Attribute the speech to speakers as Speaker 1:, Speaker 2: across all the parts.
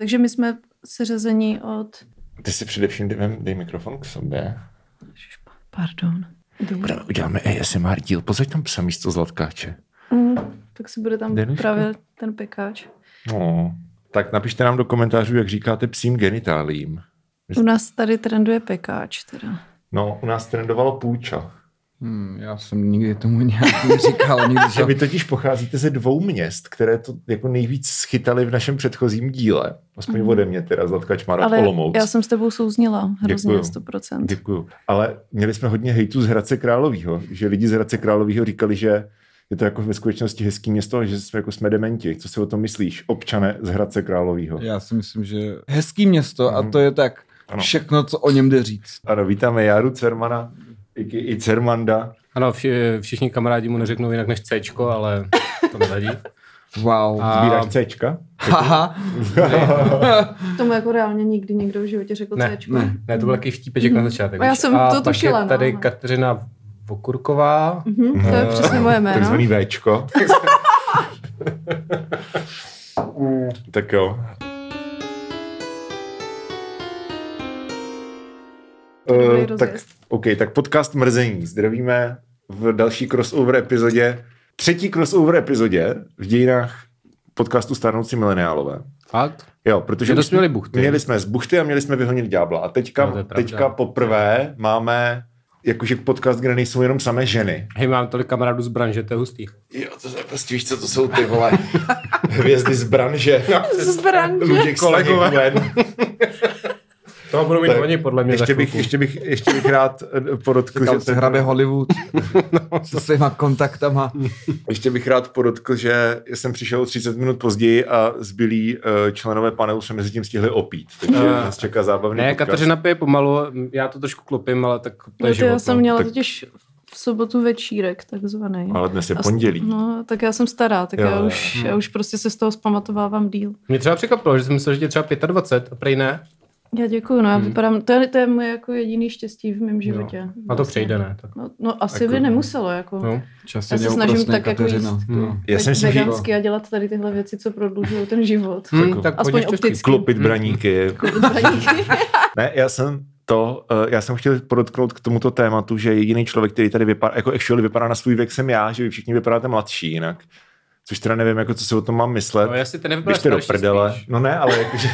Speaker 1: Takže my jsme seřazení od...
Speaker 2: Ty si především dej, vem- dej mikrofon k sobě.
Speaker 1: Ježišpa, Pardon.
Speaker 2: Dobrá, uděláme ASMR díl. Pozdrav tam psa místo Zlatkáče.
Speaker 1: Mm, tak si bude tam
Speaker 2: Denuško.
Speaker 1: právě ten pekáč.
Speaker 2: No. Tak napište nám do komentářů, jak říkáte psím genitálím.
Speaker 1: U nás tady trenduje pekáč teda.
Speaker 2: No, u nás trendovalo půjča.
Speaker 3: Hmm, já jsem nikdy tomu nějak neříkal. Nikdy
Speaker 2: Že
Speaker 3: jsem...
Speaker 2: vy totiž pocházíte ze dvou měst, které to jako nejvíc schytali v našem předchozím díle. Aspoň
Speaker 1: Mhm.
Speaker 2: ode mě teda, Zlatka Čmara
Speaker 1: Ale
Speaker 2: Olomouc.
Speaker 1: já jsem s tebou souznila hrozně
Speaker 2: Děkuju.
Speaker 1: 100%.
Speaker 2: Děkuju. Ale měli jsme hodně hejtu z Hradce Králového, že lidi z Hradce Králového říkali, že je to jako ve skutečnosti hezký město a že jsme jako jsme dementi. Co si o tom myslíš, občané z Hradce Králového?
Speaker 3: Já si myslím, že hezký město a to je tak
Speaker 2: Ano.
Speaker 3: všechno, co o něm jde říct.
Speaker 2: Ano, vítáme Járu Cermana, i, i Cermanda.
Speaker 4: Ano, vši, všichni kamarádi mu neřeknou jinak než C, ale to nevadí.
Speaker 3: Wow.
Speaker 4: A-
Speaker 2: Sbíráš Cčka?
Speaker 3: Haha.
Speaker 1: K tomu jako reálně nikdy nikdo v životě řekl
Speaker 4: Ne,
Speaker 1: C.
Speaker 3: ne.
Speaker 4: Ne, to byl takový vtípeček na začátek.
Speaker 1: A já
Speaker 4: víš.
Speaker 1: jsem
Speaker 4: a
Speaker 1: to
Speaker 4: pak
Speaker 1: tušila,
Speaker 4: je
Speaker 1: no,
Speaker 4: tady
Speaker 1: no.
Speaker 4: Kateřina Vokurková.
Speaker 1: Mhm, to je
Speaker 4: Eh,
Speaker 1: přesně moje jméno.
Speaker 2: Takzvaný Včko. tak jo.
Speaker 1: Dobrý
Speaker 2: Eh, tak,
Speaker 1: rozjezd.
Speaker 2: OK, tak podcast Mrzení. Zdravíme v další crossover epizodě. Třetí crossover epizodě v dějinách podcastu Starnoucí mileniálové.
Speaker 4: Fakt?
Speaker 2: Jo, protože
Speaker 4: Že
Speaker 2: my
Speaker 4: dost měli buchty.
Speaker 2: Měli jsme z buchty a měli jsme vyhonit ďábla. A teďka,
Speaker 4: No, to
Speaker 2: no,
Speaker 4: je pravda.
Speaker 2: teďka poprvé máme jakože podcast, kde nejsou jenom samé ženy.
Speaker 4: Hej, mám tolik kamarádů z branže, to je hustý.
Speaker 2: Jo, to je prostě, víš co, to jsou ty vole hvězdy z branže.
Speaker 1: Z branže.
Speaker 2: Luděk
Speaker 4: Kolegové.
Speaker 2: Staněk, Gwen.
Speaker 4: To budou mít
Speaker 2: Tak,
Speaker 4: oni podle mě
Speaker 2: ještě
Speaker 4: za
Speaker 2: bych,
Speaker 4: chvilku.
Speaker 2: ještě, bych, ještě bych rád eh, podotkl,
Speaker 3: Říkal
Speaker 2: že
Speaker 3: se
Speaker 2: ten,
Speaker 3: hrabe Hollywood se svýma kontaktama.
Speaker 2: ještě bych rád podotkl, že jsem přišel o 30 minut později a zbylí eh, členové panelu se mezi tím stihli opít. Takže
Speaker 4: Eh,
Speaker 2: nás čeká zábavný
Speaker 4: Ne,
Speaker 2: podcast.
Speaker 4: Kateřina pije pomalu, já to trošku klopím, ale tak to
Speaker 1: No, to
Speaker 4: je život.
Speaker 1: já jsem měla
Speaker 2: tak-
Speaker 1: totiž v sobotu večírek takzvaný.
Speaker 2: Ale dnes je
Speaker 1: A s-
Speaker 2: pondělí.
Speaker 1: No, tak já jsem stará, tak
Speaker 2: Jo,
Speaker 1: já
Speaker 2: jo.
Speaker 1: už, já už prostě se z toho zpamatovávám díl.
Speaker 4: Mě třeba překvapilo, že jsem myslel, že tě třeba 25 a prej ne.
Speaker 1: Já děkuju, no já
Speaker 4: Hmm.
Speaker 1: vypadám, to je, to je moje jako jediný štěstí v mém životě.
Speaker 4: No, A to
Speaker 1: Vlastně.
Speaker 4: přejde, ne? Tak.
Speaker 1: No, no asi
Speaker 2: Jako-
Speaker 1: by nemuselo, jako.
Speaker 4: No.
Speaker 3: Čas
Speaker 1: Já
Speaker 3: je
Speaker 1: se snažím
Speaker 3: neúprosný,
Speaker 1: tak jako
Speaker 3: Kateřina.
Speaker 1: jíst.
Speaker 3: No.
Speaker 2: Já si
Speaker 1: Ve-
Speaker 2: myslím, že
Speaker 1: vegansky a dělat tady tyhle věci, co prodlužují ten život.
Speaker 4: Hm, tak
Speaker 1: Aspoň
Speaker 4: hodíš to
Speaker 1: opticky.
Speaker 2: klopit braníky, Ne, já jsem to, eh, já jsem chtěl podotknout k tomuto tématu, že jediný člověk, který tady vypadá, jako actually vypadá na svůj věk, jsem já, že vy všichni vypadáte mladší jinak. Což teda nevím, jako co si o tom mám myslet.
Speaker 4: No, jestli ty nevypadáš
Speaker 2: Běžte do
Speaker 4: starší
Speaker 2: prdele.
Speaker 4: spíš. Jako-
Speaker 2: No ne, ale, jakože,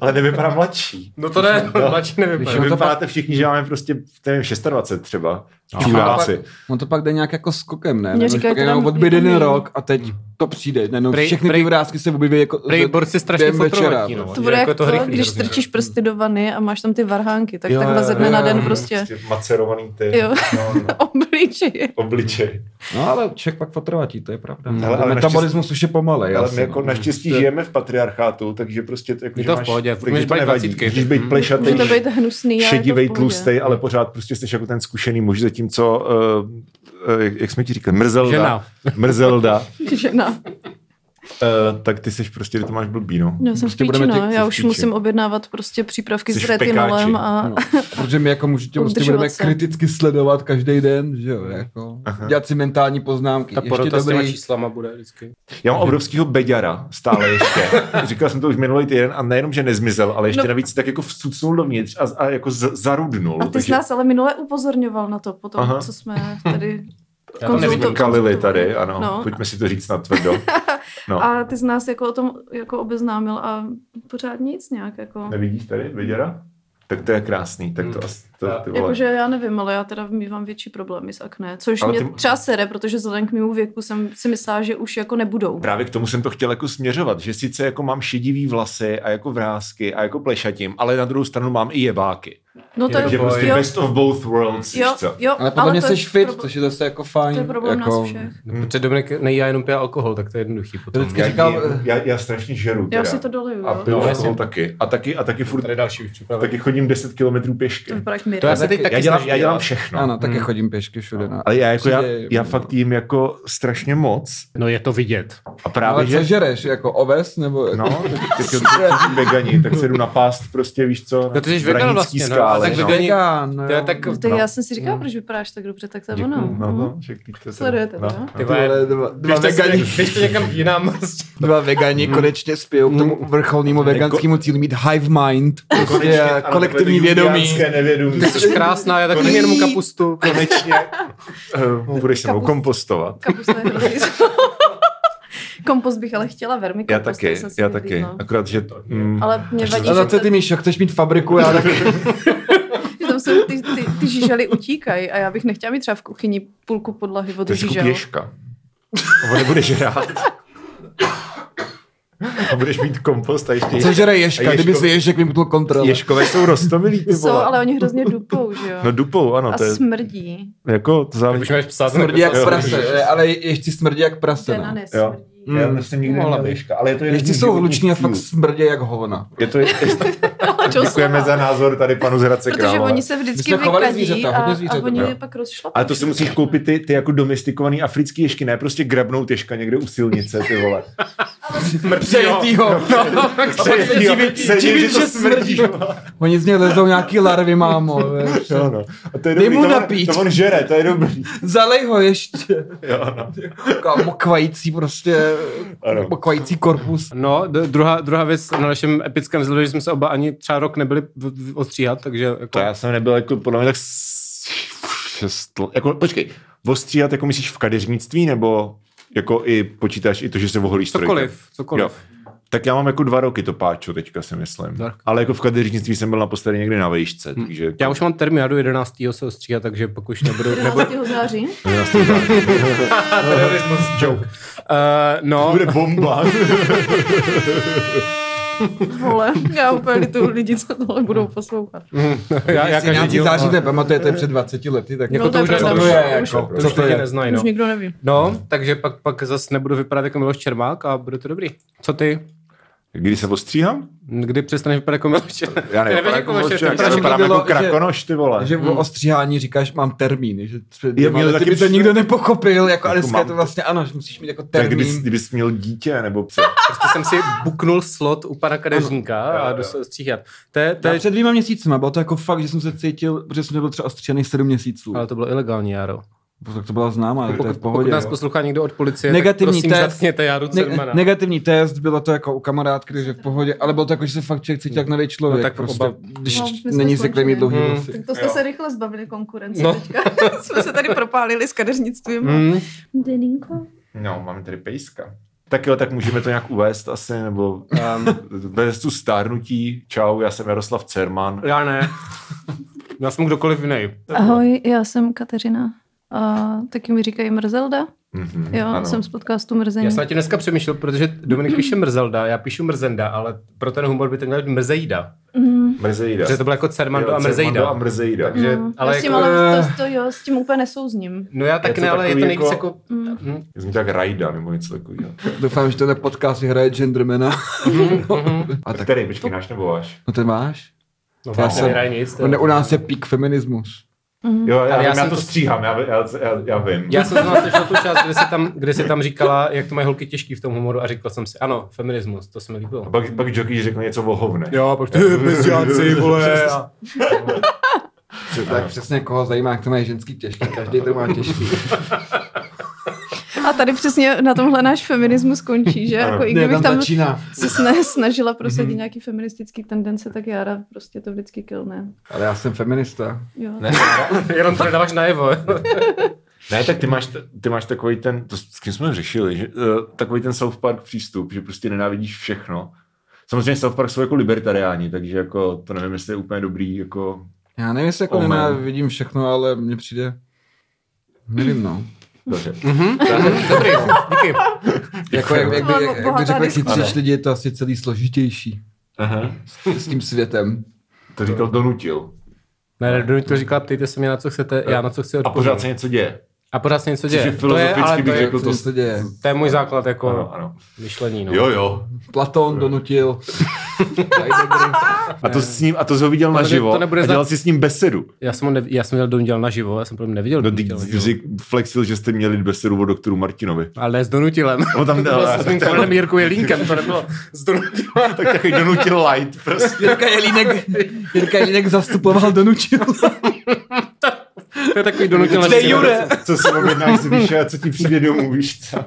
Speaker 2: ale nevypadám mladší.
Speaker 4: No to ne, mladší
Speaker 2: Když
Speaker 4: nevypadá.
Speaker 2: to vypadáte všichni, že máme prostě, nevím, 26 třeba.
Speaker 4: No.
Speaker 3: A pak,
Speaker 2: Čuráci.
Speaker 3: on to pak jde nějak jako skokem, ne?
Speaker 1: Mě
Speaker 3: Nebo že
Speaker 1: říkají,
Speaker 3: pak
Speaker 1: to
Speaker 3: jenom
Speaker 1: tam
Speaker 3: odbyde
Speaker 1: je to
Speaker 3: jeden
Speaker 1: míň.
Speaker 3: rok a teď to přijde. Najednou
Speaker 4: Prej-
Speaker 3: všechny ty
Speaker 4: prej-
Speaker 3: vrázky se objeví jako...
Speaker 4: Prej
Speaker 3: za-
Speaker 4: borci strašně
Speaker 3: během večera,
Speaker 4: fotrovatí,
Speaker 3: no.
Speaker 4: no.
Speaker 1: To bude
Speaker 4: Že
Speaker 1: jako to,
Speaker 4: rychlý
Speaker 1: když
Speaker 4: hrozně.
Speaker 1: strčíš prsty do vany a máš tam ty varhánky, tak
Speaker 3: Jo,
Speaker 1: takhle
Speaker 3: jo,
Speaker 1: ze dne
Speaker 3: jo,
Speaker 1: na
Speaker 3: jo,
Speaker 1: den
Speaker 3: jo.
Speaker 1: prostě
Speaker 2: Mm, Macerovaný ty.
Speaker 1: Jo.
Speaker 2: No, no.
Speaker 1: obličeje.
Speaker 2: Obličej.
Speaker 3: No ale člověk pak fotrovatí, to je pravda.
Speaker 4: Hmm.
Speaker 2: Hele, ale
Speaker 3: Metabolismus už je pomalej.
Speaker 2: Ale
Speaker 3: asi,
Speaker 2: my jako
Speaker 3: no.
Speaker 2: naštěstí
Speaker 4: To-
Speaker 2: žijeme v patriarchátu, takže prostě to, jako,
Speaker 4: Je
Speaker 2: že
Speaker 4: to v
Speaker 2: máš,
Speaker 4: pohodě, furt
Speaker 2: takže
Speaker 4: můžeš
Speaker 2: to
Speaker 4: být
Speaker 2: nevadí.
Speaker 4: dvacítky.
Speaker 2: Můžeš být
Speaker 4: Mm.
Speaker 2: plešatý,
Speaker 1: Může to být hnusný, ale je
Speaker 2: šedivej,
Speaker 1: to v pohodě.
Speaker 2: tlustej, ale pořád prostě jsi jako ten zkušený muž, zatímco, uh, jak, jak jsme ti říkali, mrzelda,
Speaker 4: Žena.
Speaker 2: mrzelda
Speaker 1: Žena.
Speaker 2: uh, tak ty jsi prostě, ty to máš blbý, no.
Speaker 1: No, já jsem
Speaker 3: Prostě
Speaker 1: v píči,
Speaker 3: budeme
Speaker 1: no.
Speaker 3: teď-
Speaker 1: Já
Speaker 3: jsi v
Speaker 1: už
Speaker 3: píči.
Speaker 1: musím objednávat prostě přípravky
Speaker 2: Jsi
Speaker 1: s
Speaker 2: v pekáči.
Speaker 1: retinolem a...
Speaker 3: No, protože my jako mužitě prostě
Speaker 1: Udržovat
Speaker 3: budeme
Speaker 1: se.
Speaker 3: kriticky sledovat každý den, že jo, jako dělat si mentální poznámky.
Speaker 4: Ta
Speaker 3: Ještě
Speaker 4: porota s těma
Speaker 3: dobrý,
Speaker 4: číslama bude vždycky.
Speaker 2: Já mám obrovského beďara stále ještě. Říkal jsem to už minulý týden a nejenom, že nezmizel, ale ještě
Speaker 1: No.
Speaker 2: navíc tak jako vstucnul dovnitř a, a jako z, zarudnul.
Speaker 1: A ty jsi nás ale minule upozorňoval na to potom,
Speaker 2: Aha.
Speaker 1: co jsme tady
Speaker 4: Já to nevím,
Speaker 1: konzulto-
Speaker 2: Kalili tady, ano.
Speaker 1: No.
Speaker 2: Pojďme si to říct na tvrdo. No.
Speaker 1: A ty jsi nás jako o tom jako obeznámil a pořád nic nějak jako.
Speaker 2: Nevidíš tady Viděra? Tak to je krásný, tak to,
Speaker 4: Hmm.
Speaker 2: asi- to ty vole.
Speaker 1: Jakože já nevím, ale já teda mývám větší problémy s akné, což
Speaker 2: Ale
Speaker 1: mě
Speaker 2: ty-
Speaker 1: třeba sere, protože vzhledem k mému věku jsem si myslela, že už jako nebudou.
Speaker 2: Právě k tomu jsem to chtěl jako směřovat, že sice jako mám šedivý vlasy a jako vrázky a jako plešatím, ale na druhou stranu mám i jebáky.
Speaker 1: No to
Speaker 4: Je
Speaker 1: je,
Speaker 2: Takže
Speaker 4: boj.
Speaker 2: prostě
Speaker 1: jo,
Speaker 2: best of both worlds, víš
Speaker 1: jo,
Speaker 2: co?
Speaker 1: jo,
Speaker 3: ale podle mě
Speaker 1: to je
Speaker 3: jsi fit,
Speaker 1: problém-
Speaker 3: což je zase jako fajn.
Speaker 1: to je problém
Speaker 3: jako...
Speaker 1: nás všech.
Speaker 4: No, protože Dominik nejí já jenom pije alkohol, tak to je jednoduchý potom.
Speaker 3: Vždycky
Speaker 2: Já,
Speaker 3: Říkal-
Speaker 2: já, já, strašně žeru teda.
Speaker 1: Já si to doliju,
Speaker 2: A
Speaker 1: jo.
Speaker 2: piju
Speaker 4: No,
Speaker 2: alkohol
Speaker 4: jasně.
Speaker 2: taky. A taky, a taky furt,
Speaker 4: Tady další už připravil.
Speaker 2: taky chodím 10 kilometrů
Speaker 1: To
Speaker 2: pěšky.
Speaker 1: vypadá jak
Speaker 4: To
Speaker 1: Mirka.
Speaker 4: já se teď taky
Speaker 2: Já dělám,
Speaker 4: snažím
Speaker 2: já dělám
Speaker 4: dělat.
Speaker 2: všechno.
Speaker 3: Ano, taky
Speaker 4: Hmm.
Speaker 3: chodím pěšky všude. No.
Speaker 2: No. Ale já, jako já,
Speaker 3: Přijde-
Speaker 2: já fakt jím jako strašně moc.
Speaker 4: No je to vidět.
Speaker 2: A právě,
Speaker 3: Ale co
Speaker 2: že...
Speaker 3: žereš, jako oves, nebo...
Speaker 2: No, tak, tak, tak, tak, vegani, tak se jdu napást prostě, víš co,
Speaker 4: No ty jsi vegan
Speaker 2: vranický
Speaker 4: vlastně, no,
Speaker 2: skály.
Speaker 4: a tak
Speaker 2: no.
Speaker 4: vegani-
Speaker 3: Jako vegan,
Speaker 4: To je
Speaker 3: jo.
Speaker 4: tak...
Speaker 1: No, tak
Speaker 2: No.
Speaker 1: já jsem si říkala,
Speaker 4: Mm.
Speaker 1: proč vypadáš tak dobře, tak to je
Speaker 4: Děkuju.
Speaker 1: ono.
Speaker 2: No,
Speaker 1: Mm.
Speaker 2: no, že klíte se.
Speaker 1: Sledujete to,
Speaker 2: no,
Speaker 1: jo?
Speaker 4: Ty
Speaker 2: no.
Speaker 4: vole,
Speaker 3: Tyhle dva, dva
Speaker 4: Běžte si
Speaker 3: vegani,
Speaker 4: nějak- Běžte někam jinam.
Speaker 3: dva vegani
Speaker 2: Hmm.
Speaker 3: konečně spějou k tomu vrcholnému veganskému cílu mít hive mind, prostě
Speaker 2: Konečně,
Speaker 3: eh,
Speaker 2: ano,
Speaker 3: kolektivní
Speaker 2: takové to
Speaker 3: vědomí.
Speaker 2: indiánské Nevědomí.
Speaker 4: Ty jsi krásná, já tak
Speaker 2: Konečně.
Speaker 4: jenom kapustu.
Speaker 2: Konečně eh, budeš se mnou
Speaker 1: Kapustu.
Speaker 2: kompostovat.
Speaker 1: Kapusta je hrozný. Kompost bych ale chtěla, vermi
Speaker 2: Já
Speaker 1: kompost.
Speaker 2: taky, já taky. Akorát, že... mm,
Speaker 1: no. Ale mě vadí,
Speaker 3: A
Speaker 1: že,
Speaker 3: za No, co ty, Míšo, chceš mít fabriku, já tak
Speaker 1: že tam jsou ty, ty, ty žížely utíkají a já bych nechtěla mít třeba v kuchyni půlku podlahy od
Speaker 2: Trošku
Speaker 1: žížel.
Speaker 2: pěška. Nebo nebudeš rád. A budeš mít kompost a ještě...
Speaker 3: co žere ješka,
Speaker 2: A
Speaker 3: kdyby
Speaker 2: ješko-
Speaker 3: si ješek vyputl kontrol.
Speaker 2: Ješkové jsou rostomilí, ty
Speaker 1: Jsou,
Speaker 2: vole.
Speaker 1: ale oni hrozně dupou, že jo?
Speaker 2: No dupou, ano,
Speaker 1: a
Speaker 2: to je
Speaker 1: smrdí.
Speaker 2: jako to
Speaker 4: Už
Speaker 2: záleží.
Speaker 4: máš psát.
Speaker 3: Smrdí jak
Speaker 2: Jo.
Speaker 3: prase, eh, ale ješci smrdí jak prase,
Speaker 1: Žena
Speaker 3: no.
Speaker 1: nesmrdí.
Speaker 3: Mm. Já
Speaker 2: jsem prostě nikdy
Speaker 4: neměl
Speaker 2: ješka, ale je to
Speaker 3: Ješci jsou hluční a fakt
Speaker 2: Hmm.
Speaker 3: smrdí jak hovna.
Speaker 2: Je to,
Speaker 1: Ale čo
Speaker 2: No, děkujeme
Speaker 1: slova?
Speaker 2: za názor tady panu z Hradce
Speaker 1: Protože
Speaker 2: Králové.
Speaker 1: oni se
Speaker 3: My
Speaker 1: vždycky
Speaker 3: jsme chovali
Speaker 1: vykadí
Speaker 3: zvířata,
Speaker 1: a,
Speaker 3: hodně
Speaker 1: a
Speaker 3: zvířat,
Speaker 1: oni
Speaker 2: jo.
Speaker 1: je pak rozšlapou.
Speaker 2: Ale to si musíš koupit ty, ty jako domestikovaný africký ješky, ne prostě grabnout ješka někde u silnice, ty vole.
Speaker 3: Přejetýho. No,
Speaker 2: A pak se divit, se divit, že to smrdí.
Speaker 3: Oni z něj lezou nějaký larvy, mámo. víš, jo.
Speaker 2: Jo, no. A to je
Speaker 3: Dej
Speaker 2: dobrý,
Speaker 3: mu
Speaker 2: to on-
Speaker 3: napít.
Speaker 2: to on žere, to je dobrý.
Speaker 3: Zalej ho ještě.
Speaker 2: Jo, no.
Speaker 3: Taková mokvající prostě,
Speaker 2: Ano.
Speaker 3: mokvající korpus.
Speaker 4: No, d- druhá, druhá věc na našem epickém vzhledu, že jsme se oba ani třeba rok nebyli v- v- ostříhat, takže jako...
Speaker 2: To já jsem nebyl jako podle mě tak s- šest let. Jako, počkej, ostříhat jako myslíš v kadeřnictví nebo jako i počítáš i to, že se oholíš trojkem?
Speaker 4: Cokoliv,
Speaker 2: Jo.
Speaker 4: cokoliv.
Speaker 2: Tak já mám jako dva roky to páču teďka si myslím.
Speaker 4: Dva roky.
Speaker 2: Ale jako v kadeřnictví jsem byl naposledy někdy na vejšce, takže... Jako,
Speaker 4: Já už mám termín, já jdu 11. se ostříhat, takže pak už nebudu... nebudu
Speaker 1: 11. září.
Speaker 4: terorismus joke. Uh, no,
Speaker 2: Bude bomba.
Speaker 1: Vole, já úplně lituju lidi, co tohle budou poslouchat.
Speaker 3: No,
Speaker 4: já, já
Speaker 3: Jestli
Speaker 4: každý
Speaker 3: nějaký
Speaker 4: díl...
Speaker 3: záříte, pamatujete před 20 lety, tak
Speaker 4: Jako
Speaker 1: No,
Speaker 4: to
Speaker 1: to
Speaker 4: už
Speaker 1: je
Speaker 4: ne-
Speaker 1: pravda.
Speaker 4: to
Speaker 1: Už-
Speaker 4: je,
Speaker 3: už-
Speaker 4: jako,
Speaker 3: už
Speaker 4: to
Speaker 3: to
Speaker 4: lidi
Speaker 3: je.
Speaker 4: neznají, no.
Speaker 1: Už nikdo neví.
Speaker 4: No, takže pak, pak zase nebudu vypadat jako Miloš Čermák a bude to dobrý. Co ty?
Speaker 2: Když se ostříhám?
Speaker 4: Kdy přestaneš vypadat jako Miloš Čermák?
Speaker 2: Já
Speaker 4: Ty
Speaker 2: nevím,
Speaker 4: nevypadáš
Speaker 2: jako moc
Speaker 4: Čermák,
Speaker 2: člověk,
Speaker 4: ty
Speaker 2: já
Speaker 3: to
Speaker 4: vypadáš-
Speaker 2: vypadám
Speaker 3: bylo,
Speaker 2: jako
Speaker 3: že-
Speaker 2: krakonoš, ty vole.
Speaker 3: že o ostříhání říkáš, mám termín, že před dvěma
Speaker 2: měl
Speaker 3: lety
Speaker 2: taky
Speaker 3: by to
Speaker 2: před-
Speaker 3: nikdo nepochopil, jako,
Speaker 2: Jako
Speaker 3: ale dneska
Speaker 2: mám
Speaker 3: je to vlastně, ano, že musíš mít jako
Speaker 2: Tak kdybys,
Speaker 3: termín.
Speaker 2: kdybys měl dítě nebo psa.
Speaker 4: Prostě jsem si buknul slot u pana kadeřníka a jdu se ostříhat. To je, to
Speaker 3: Já
Speaker 4: je,
Speaker 3: před dvěma měsícima, bylo to jako fakt, že jsem se cítil, protože jsem nebyl třeba ostříhaný sedm měsíců.
Speaker 4: ale to bylo ilegální, Jaro.
Speaker 3: Tak to byla známá, tak to je v
Speaker 4: Pokud, pokud
Speaker 3: pohodě.
Speaker 4: nás
Speaker 3: jo.
Speaker 4: poslouchá někdo od policie,
Speaker 3: Negativní
Speaker 4: tak prosím
Speaker 3: test.
Speaker 4: zatkněte Jaru
Speaker 3: Ne-
Speaker 4: Cermana.
Speaker 3: negativní test, bylo to jako u kamarádky, takže v pohodě, ale bylo to jako, že se fakt člověk cítí jak nový člověk,
Speaker 4: No
Speaker 3: no,
Speaker 4: tak
Speaker 3: tak prostě,
Speaker 4: oba-
Speaker 3: když
Speaker 1: No,
Speaker 3: no,
Speaker 1: my jsme
Speaker 3: není
Speaker 1: skončili.
Speaker 3: zvyklý mít dlouhý
Speaker 4: Hmm.
Speaker 3: vlasy.
Speaker 1: Tak to jste se rychle zbavili konkurence
Speaker 4: No.
Speaker 1: no. teďka. Jsme se tady propálili s kadeřnictvím. Mm.
Speaker 4: Mm.
Speaker 1: Deninko?
Speaker 2: No, máme tady pejska. Tak jo, tak můžeme to nějak uvést asi, nebo
Speaker 4: Um,
Speaker 2: vést tu stárnutí. Čau, já jsem Jaroslav Cerman.
Speaker 4: já ne. Já jsem kdokoliv jiný.
Speaker 1: Ahoj, já jsem Kateřina. A taky mi říkají Mrzelda.
Speaker 2: Mhm,
Speaker 1: Jo,
Speaker 2: ano.
Speaker 1: ano. jsem z podcastu Mrzení.
Speaker 4: Já jsem na tě dneska přemýšlel, protože Dominik píše Mrzelda, já píšu Mrzenda, ale pro ten humor by to měl být Mrzejda.
Speaker 1: Mm.
Speaker 2: Mrzejda.
Speaker 4: Protože to bylo jako Cermando
Speaker 2: Jo,
Speaker 4: a
Speaker 2: Cermando a
Speaker 4: Mrzejda.
Speaker 2: Mrzejda.
Speaker 4: Takže- že-
Speaker 1: no.
Speaker 4: ale
Speaker 1: ale s tím,
Speaker 4: jako-
Speaker 1: ale to, to, jo, s tím úplně nesouzním.
Speaker 4: No já
Speaker 2: Je
Speaker 4: tak
Speaker 2: to
Speaker 4: ne, ale je to
Speaker 2: takový
Speaker 4: nejvíc
Speaker 2: jako-
Speaker 4: jako...
Speaker 1: Mm.
Speaker 4: Mhm,
Speaker 2: Já jsem tak Rajda nebo něco takového.
Speaker 3: Doufám, že tenhle podcast vyhraje gendermana.
Speaker 4: mhm.
Speaker 3: A tak,
Speaker 2: Který, počkej, náš nebo váš?
Speaker 3: no ten máš?
Speaker 4: No,
Speaker 3: Já
Speaker 4: já
Speaker 3: jsem-
Speaker 4: jsem... Nic,
Speaker 3: On, u nás je pík feminismus.
Speaker 1: Mm.
Speaker 2: Jo, já,
Speaker 4: Ale
Speaker 2: já,
Speaker 4: já
Speaker 2: vím, já
Speaker 4: jsem
Speaker 2: to
Speaker 4: to-
Speaker 2: stříhám, já, já, já, já vím.
Speaker 4: Já jsem zrovna slyšel tu část, kde se, tam, kde se tam říkala, jak to mají holky těžký v tom humoru a říkal jsem si, ano, feminismus, to se mi
Speaker 2: A
Speaker 4: líbilo.
Speaker 2: pak, pak jockey řekne něco o hovne.
Speaker 4: Jo, pak ty bezděláci, vole. a-
Speaker 3: Tak přesně koho zajímá, jak to mají ženský těžký, každý to má těžký.
Speaker 1: A tady přesně na tomhle náš feminismus končí, že?
Speaker 2: Ano.
Speaker 1: Jako, I
Speaker 3: Ne,
Speaker 1: kdybych
Speaker 3: tam
Speaker 1: tam
Speaker 3: začíná.
Speaker 1: se sna- snažila prosadit nějaký feministický tendence, tak Jara prostě to vždycky kilne.
Speaker 3: Ale já jsem feminista.
Speaker 1: Jo.
Speaker 4: Ne, jenom to nedáváš najevo.
Speaker 2: Ne, tak ty máš, t- ty máš takový ten, to s s kým jsme řešili, že, uh, takový ten South Park přístup, že prostě nenávidíš všechno. Samozřejmě South Park jsou jako libertariáni, takže jako to nevím, jestli je úplně dobrý, jako
Speaker 3: Já nevím, jestli jako
Speaker 2: Oh,
Speaker 3: oh,
Speaker 2: man.
Speaker 3: nenávidím všechno, ale mně přijde... Nevím, no.
Speaker 2: dobře.
Speaker 4: Dobrý, no, díky.
Speaker 3: Jako, jak, jak, by,
Speaker 1: Bo-
Speaker 3: jak, jak by
Speaker 1: bohatá
Speaker 3: řekli
Speaker 1: diskuse.
Speaker 3: chytřejší lidi, je to asi celý složitější
Speaker 2: Aha.
Speaker 3: s tím světem.
Speaker 2: To říkal donutil.
Speaker 4: Ne, Redonutil říkal, ptejte se mě na co chcete, já na co chci
Speaker 2: A
Speaker 4: odpovědět.
Speaker 2: pořád se něco děje.
Speaker 4: A pořád se něco
Speaker 5: Což je
Speaker 4: děje. To je, ale
Speaker 5: filozoficky
Speaker 4: to
Speaker 5: bych
Speaker 4: je,
Speaker 2: Jako
Speaker 5: řekl to.
Speaker 3: Co se děje?
Speaker 4: to je můj základ jako
Speaker 2: Ano, ano.
Speaker 4: myšlení. No.
Speaker 5: Jo, jo.
Speaker 3: Platón donutil.
Speaker 2: A to, s ním, a to jsi ho viděl
Speaker 4: To nebude-
Speaker 2: naživo
Speaker 4: to nebude
Speaker 2: a
Speaker 4: za-
Speaker 2: dělal jsi s ním besedu.
Speaker 4: Já jsem ho ne, já jsem ho donutil naživo, já jsem potom neviděl.
Speaker 2: No,
Speaker 4: donutil
Speaker 2: ty
Speaker 4: naživo.
Speaker 2: jsi flexil, že jste měli besedu o doktoru Martinovi.
Speaker 4: ale ne s donutilem.
Speaker 2: On tam
Speaker 4: to
Speaker 2: dal-
Speaker 4: bylo se svým kolegem Jirku Jelínkem, to nebylo s donutilem.
Speaker 2: Tak takový donutil light prostě.
Speaker 3: Jirka Jelínek, Jirka Jelínek zastupoval donutil.
Speaker 4: To je takový donutil na
Speaker 3: De jure.
Speaker 2: Co si objednáš z výše a co ti přijde domů, víš co?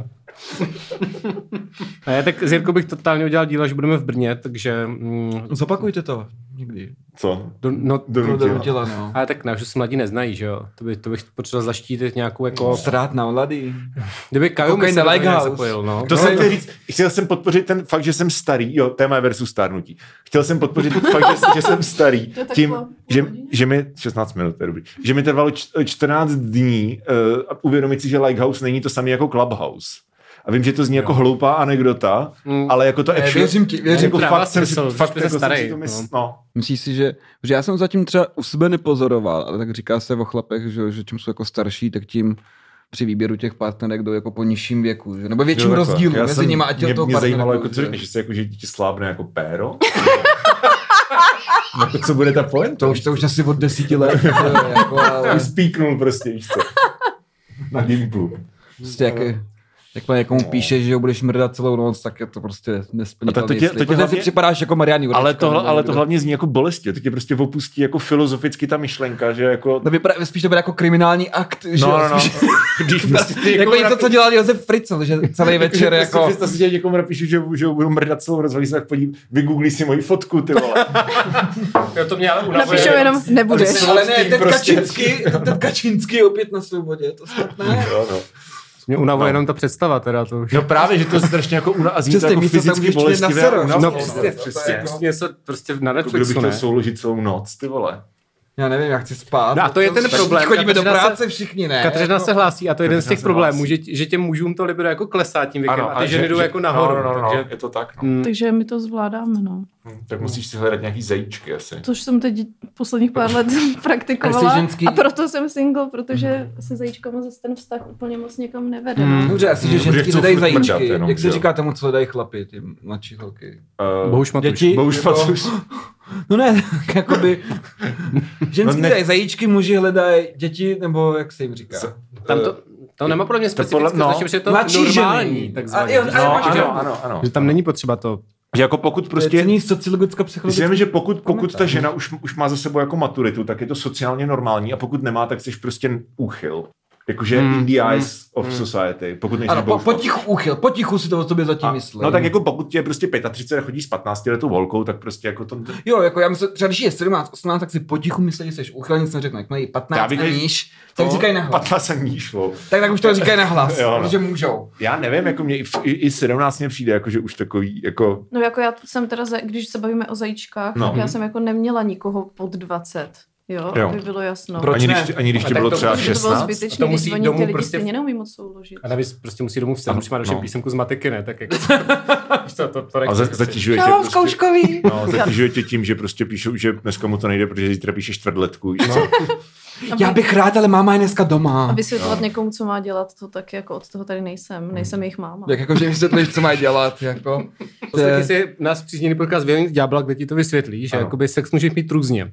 Speaker 4: Ne, tak s Jirkou bych totálně udělal dílo, že budeme v Brně, takže... Mm,
Speaker 3: Zopakujte to. Nikdy.
Speaker 2: Co?
Speaker 4: do, no,
Speaker 3: To
Speaker 2: Donutil.
Speaker 3: donutila, no.
Speaker 4: ale tak ne, že se mladí neznají, že jo? To, by, to bych potřeboval zaštítit nějakou jako...
Speaker 3: Strát na mladý.
Speaker 4: Kdyby Kaju
Speaker 3: Koukej
Speaker 4: mi se
Speaker 3: na
Speaker 4: do toho
Speaker 3: Lighthouse.
Speaker 4: nějak zapojil, no.
Speaker 2: To
Speaker 4: no,
Speaker 2: jsem
Speaker 4: no.
Speaker 2: chtěl říct, chtěl jsem podpořit ten fakt, že jsem starý, jo, téma versus stárnutí. Chtěl jsem podpořit fakt, že, že jsem starý,
Speaker 1: To je tak jako
Speaker 2: tím,
Speaker 1: po půl
Speaker 2: že,
Speaker 1: hodině.
Speaker 2: že mi, 16 minut, to je dobrý, že mi trvalo č- 14 dní uh, uvědomit si, že Lighthouse není to samé jako Clubhouse. A vím, že to zní jako hloupá anekdota,
Speaker 4: Mm.
Speaker 2: ale jako to actually...
Speaker 3: věřím ti, věřím
Speaker 2: jako
Speaker 4: ti.
Speaker 2: fakt
Speaker 4: Dává
Speaker 2: jsem si,
Speaker 4: smysl,
Speaker 2: fakt
Speaker 4: že jsi
Speaker 2: jako jsem
Speaker 4: starý,
Speaker 2: si to mysl, no.
Speaker 3: Myslíš si, že, že já jsem zatím třeba u sebe nepozoroval, ale tak říká se o chlapech, že, že čím jsou jako starší, tak tím při výběru těch partnerek jdou jako po nižším věku, že? nebo větším
Speaker 2: Jo, takhle.
Speaker 3: rozdílu
Speaker 2: jako- Já
Speaker 3: mezi
Speaker 2: jsem-
Speaker 3: nimi a těm
Speaker 2: mě,
Speaker 3: toho
Speaker 2: mě zajímalo,
Speaker 3: partnerku,
Speaker 2: jako, co
Speaker 3: že?
Speaker 2: řekneš, jestli jako, že dítě slábne jako péro? jako, co bude ta pointa?
Speaker 3: To už, to už asi od desíti let, to je jako, ale
Speaker 2: Spíknul prostě, víš co? Na Gimplu.
Speaker 3: prostě jak, jakmile někomu píše, že ho budeš mrdat celou noc, tak je to prostě
Speaker 2: A
Speaker 3: nesplnitelný.
Speaker 2: tak to tě-
Speaker 3: slib.
Speaker 2: to tě
Speaker 3: Protože
Speaker 2: hlavně-
Speaker 3: si připadáš jako Marian Jurečka.
Speaker 2: Ale to, hla-
Speaker 3: nebo
Speaker 2: ale
Speaker 3: někdo.
Speaker 2: to hlavně zní jako bolestě. To tě prostě opustí jako filozoficky ta myšlenka, že jako...
Speaker 3: To vypadá, spíš to bude jako kriminální akt, že?
Speaker 2: No, no, no.
Speaker 3: Spíš,
Speaker 2: Když prostě ty
Speaker 3: jako
Speaker 2: někomu
Speaker 3: něco, co
Speaker 2: napi-
Speaker 3: dělal Josef Fritzl, že celý večer
Speaker 2: prostě
Speaker 3: jako...
Speaker 2: Představ si, že někomu napíšu, že, že ho budu mrdat celou rozvalí, tak podívej, vygooglí si moji fotku, ty vole.
Speaker 4: Jo, to mě ale unavuje. No.
Speaker 1: Napíšou jenom nebudeš.
Speaker 3: Ale ne,
Speaker 2: Tlustý
Speaker 3: Ted
Speaker 2: prostě.
Speaker 3: Kačinský, Ted Kačinský je opět na svobodě, to snad ne.
Speaker 2: Jo, no.
Speaker 4: Mě unavuje jenom ta představa teda, to už.
Speaker 2: no právě, že to je strašně jako una- a zní
Speaker 3: Přesně,
Speaker 2: to jako
Speaker 3: místo tam
Speaker 2: fyzicky jako
Speaker 3: ještě na
Speaker 2: bolestivé. a
Speaker 3: sero,
Speaker 2: unavné.
Speaker 4: No
Speaker 3: No,
Speaker 4: přesně,
Speaker 3: to-
Speaker 4: přesně.
Speaker 3: to-
Speaker 4: Prostě něco prostě na
Speaker 2: Kdo by
Speaker 4: Netflixu,
Speaker 2: jako- chtěl
Speaker 4: ne?
Speaker 2: souložit celou noc, ty vole.
Speaker 3: Já nevím, já chci spát.
Speaker 4: No a to je
Speaker 3: Tak
Speaker 4: ten
Speaker 3: všichni
Speaker 4: problém,
Speaker 3: Chodíme do
Speaker 4: Kateřina se-
Speaker 3: práce všichni, ne?
Speaker 4: No,
Speaker 3: Jako-
Speaker 4: Kateřina se hlásí a to je jeden z těch
Speaker 2: se
Speaker 4: problémů,
Speaker 2: hlásí.
Speaker 4: že, že těm mužům to libido jako klesá tím věkem ano, a ty
Speaker 2: že-
Speaker 4: ženy jdou
Speaker 2: že-
Speaker 4: jako nahoru.
Speaker 2: No, no, Mm. no,
Speaker 4: takže,
Speaker 2: je to tak. No.
Speaker 4: Mm,
Speaker 1: Takže my to zvládáme, no.
Speaker 2: Tak musíš si hledat nějaký zajíčky asi.
Speaker 1: Což jsem teď posledních pár let praktikovala.
Speaker 3: Jsi ženský?
Speaker 1: A proto jsem single, protože
Speaker 2: Mhm.
Speaker 1: se zajíčkama zase ten vztah úplně moc někam nevede.
Speaker 4: Mm.
Speaker 1: Mm.
Speaker 3: No, Dobře, asi, že
Speaker 2: Dobře,
Speaker 3: ženský
Speaker 2: chcou
Speaker 3: hledají
Speaker 2: furt mrdat
Speaker 3: zajíčky.
Speaker 2: jenom,
Speaker 3: Jak
Speaker 2: že
Speaker 3: se
Speaker 2: jo.
Speaker 3: říká tomu, co hledají chlapy, ty mladší holky?
Speaker 2: Uh,
Speaker 4: Bohuš Matuš.
Speaker 3: Děti?
Speaker 2: Bohuš
Speaker 3: Nebo-
Speaker 2: Matuš.
Speaker 3: No ne, tak jakoby... Ženský
Speaker 2: No ne-
Speaker 3: hledají zajíčky, muži hledají děti, nebo jak se jim říká?
Speaker 2: Co?
Speaker 4: Tam to, to nemá pro mě specifické,
Speaker 2: Eh, podle-
Speaker 4: podle,
Speaker 2: no.
Speaker 4: no, že je to
Speaker 3: Mladší
Speaker 4: normální,
Speaker 3: ženy.
Speaker 4: takzvaně.
Speaker 3: A jo, ale
Speaker 2: No,
Speaker 3: máš
Speaker 2: ano,
Speaker 3: pravdu.
Speaker 2: ano, ano.
Speaker 4: Že tam není potřeba to.
Speaker 2: Že jako pokud
Speaker 3: Prostě... To je
Speaker 2: prostě...
Speaker 3: cený sociologická psychologická...
Speaker 2: Myslím, že pokud, pokud ta žena už, už má za sebou jako maturitu, tak je to sociálně normální a pokud nemá, tak jsi prostě úchyl. Jakože
Speaker 4: Hmm,
Speaker 2: in the eyes of society, pokud nejsi
Speaker 3: Ano, po,
Speaker 2: Bohuš Matuš.
Speaker 3: potichu úchyl, potichu si to o tobě zatím
Speaker 2: A-
Speaker 3: myslí.
Speaker 2: No tak jako pokud tě je prostě 35 a chodí s 15 letou holkou, tak prostě jako to...
Speaker 3: Jo, jako já myslím, třeba když je 17, 18, tak si potichu myslí, že jsi úchyl, nic neřekne. Jak mají 15
Speaker 2: Já
Speaker 3: a
Speaker 2: bych než-
Speaker 3: níž, tak říkají na hlas.
Speaker 2: 15 jsem níšlo.
Speaker 3: Tak, tak už to říkají na hlas,
Speaker 2: Jo, no.
Speaker 3: protože můžou.
Speaker 2: Já nevím, jako mě i, v- i, i 17 mě přijde, jako že už takový, jako...
Speaker 1: No jako já jsem teda, za- když se bavíme o zajíčkách,
Speaker 2: No.
Speaker 1: no. tak já jsem jako neměla nikoho pod 20. Jo,
Speaker 2: Jo.
Speaker 1: jo. aby bylo jasno.
Speaker 3: Proč
Speaker 2: ani,
Speaker 3: ne?
Speaker 2: když, ani když
Speaker 4: A
Speaker 2: ti
Speaker 4: tak
Speaker 2: bylo
Speaker 4: to-
Speaker 2: třeba
Speaker 4: to by
Speaker 1: Protože to bylo
Speaker 2: 16.
Speaker 4: A to
Speaker 1: zbytečné,
Speaker 4: musí
Speaker 1: když oni ty
Speaker 4: domů
Speaker 1: lidi
Speaker 4: prostě-
Speaker 1: prostě... stejně neumí moc souložit.
Speaker 4: A navíc prostě musí domů vstat,
Speaker 2: Ano,
Speaker 4: když má další
Speaker 2: no.
Speaker 4: písemku z matiky, ne? Tak jako... Víš co, to, to, to
Speaker 2: A za, zatěžuje tě
Speaker 1: Čau,
Speaker 2: prostě...
Speaker 1: zkouškový!
Speaker 2: No, zatěžuje tě tím, že prostě píšou, že dneska mu to nejde, protože zítra píše čtvrtletku. No.
Speaker 3: Já bych rád, ale máma je dneska doma.
Speaker 1: A vysvětlovat
Speaker 2: No.
Speaker 1: někomu, co má dělat, to taky jako od toho tady
Speaker 2: Mhm.
Speaker 1: nejsem. Nejsem jejich máma.
Speaker 3: Tak jako, že vysvětlíš, co mají dělat, jako. To
Speaker 4: Taky
Speaker 3: je,
Speaker 4: si nás přízněný podcast Vyhonit ďábla, kde ti to vysvětlí, že
Speaker 2: Ano.
Speaker 4: jakoby sex můžeš mít různě.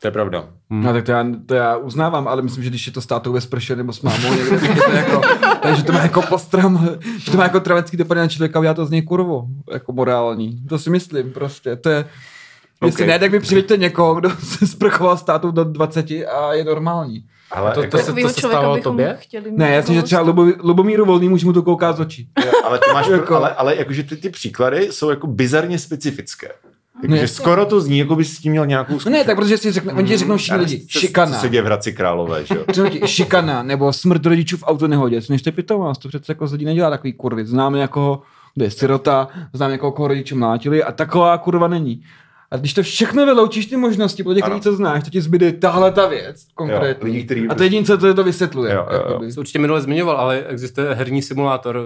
Speaker 2: To je pravda.
Speaker 3: no tak to já, to já uznávám, ale myslím, že když je to s tátou ve sprše nebo s mámou někde, tak je to jako, takže to má jako postram, že to má jako travecký dopad na člověka, udělá to z něj kurvu, jako morální. To si myslím prostě, to je, Jestli
Speaker 2: Ok.
Speaker 3: ne, tak mi přiveďte někoho, kdo se sprchoval s tátou do 20 a je normální.
Speaker 2: Ale,
Speaker 4: To-
Speaker 2: to,
Speaker 4: to
Speaker 2: jako,
Speaker 4: se-
Speaker 1: Takovýho
Speaker 4: stávalo
Speaker 1: člověka bychom
Speaker 4: tobě?
Speaker 1: chtěli mít
Speaker 3: Ne, jasně, že
Speaker 1: dost.
Speaker 3: třeba
Speaker 2: Prostě-
Speaker 3: Lubo, Lubomíru volný muž mu to kouká z očí.
Speaker 2: ale, ty máš,
Speaker 3: Jako-
Speaker 2: ale, ale jakože ty, ty příklady jsou jako bizarně specifické.
Speaker 3: Ne.
Speaker 2: Jakože skoro to zní, jako bys s tím měl nějakou
Speaker 3: No ne, tak protože si řekne, oni ti řeknou
Speaker 2: Já
Speaker 3: všichni
Speaker 2: nevím,
Speaker 3: lidi,
Speaker 2: co-
Speaker 3: šikana.
Speaker 2: Co se děje v Hradci Králové, že jo?
Speaker 3: Řeknu ti, šikana nebo smrt rodičů v autonehodě, co než to je pitomost, to přece jako z lidí nedělá takový kurvy. Známe někoho, kdo je sirota, známe někoho, koho rodiče mlátili a taková kurva není. A když to všechno vyloučíš ty možnosti, podle těch
Speaker 2: Ano.
Speaker 3: lidí, co znáš, to ti zbyde tahle ta věc konkrétně.
Speaker 2: lidí, který-
Speaker 3: a to jediné, co to, to vysvětluje.
Speaker 2: prostě- Jo, jo, jo.
Speaker 3: jakoby.
Speaker 4: Jsi určitě minule zmiňoval, ale existuje herní simulátor uh,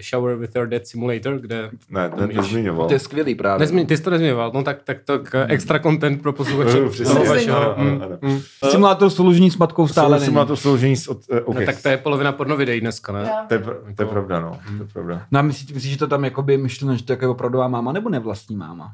Speaker 4: Shower with Your Dead Simulator, kde...
Speaker 2: Ne, to
Speaker 4: Umíš.
Speaker 2: nezmiňoval.
Speaker 3: To je skvělý právě.
Speaker 4: Nezmi, ty jsi to nezmiňoval, no tak, tak to k extra content pro posluchače.
Speaker 2: Jo, Hm, přesně. hm,
Speaker 4: Toho vašeho.
Speaker 2: Ano, ano,
Speaker 4: Mm,
Speaker 2: ano.
Speaker 4: mm.
Speaker 3: Simulátor souložení s matkou stále
Speaker 2: Stále
Speaker 3: není.
Speaker 2: jsem na to složení s... Od, eh, okay.
Speaker 4: No, tak to je polovina pornovideí dneska, ne?
Speaker 1: Já.
Speaker 2: To je, pr- to je pravda, no. To je pravda.
Speaker 3: No a myslíš, myslíš, že to tam jakoby je myšleno, že to je jako opravdová máma nebo nevlastní máma?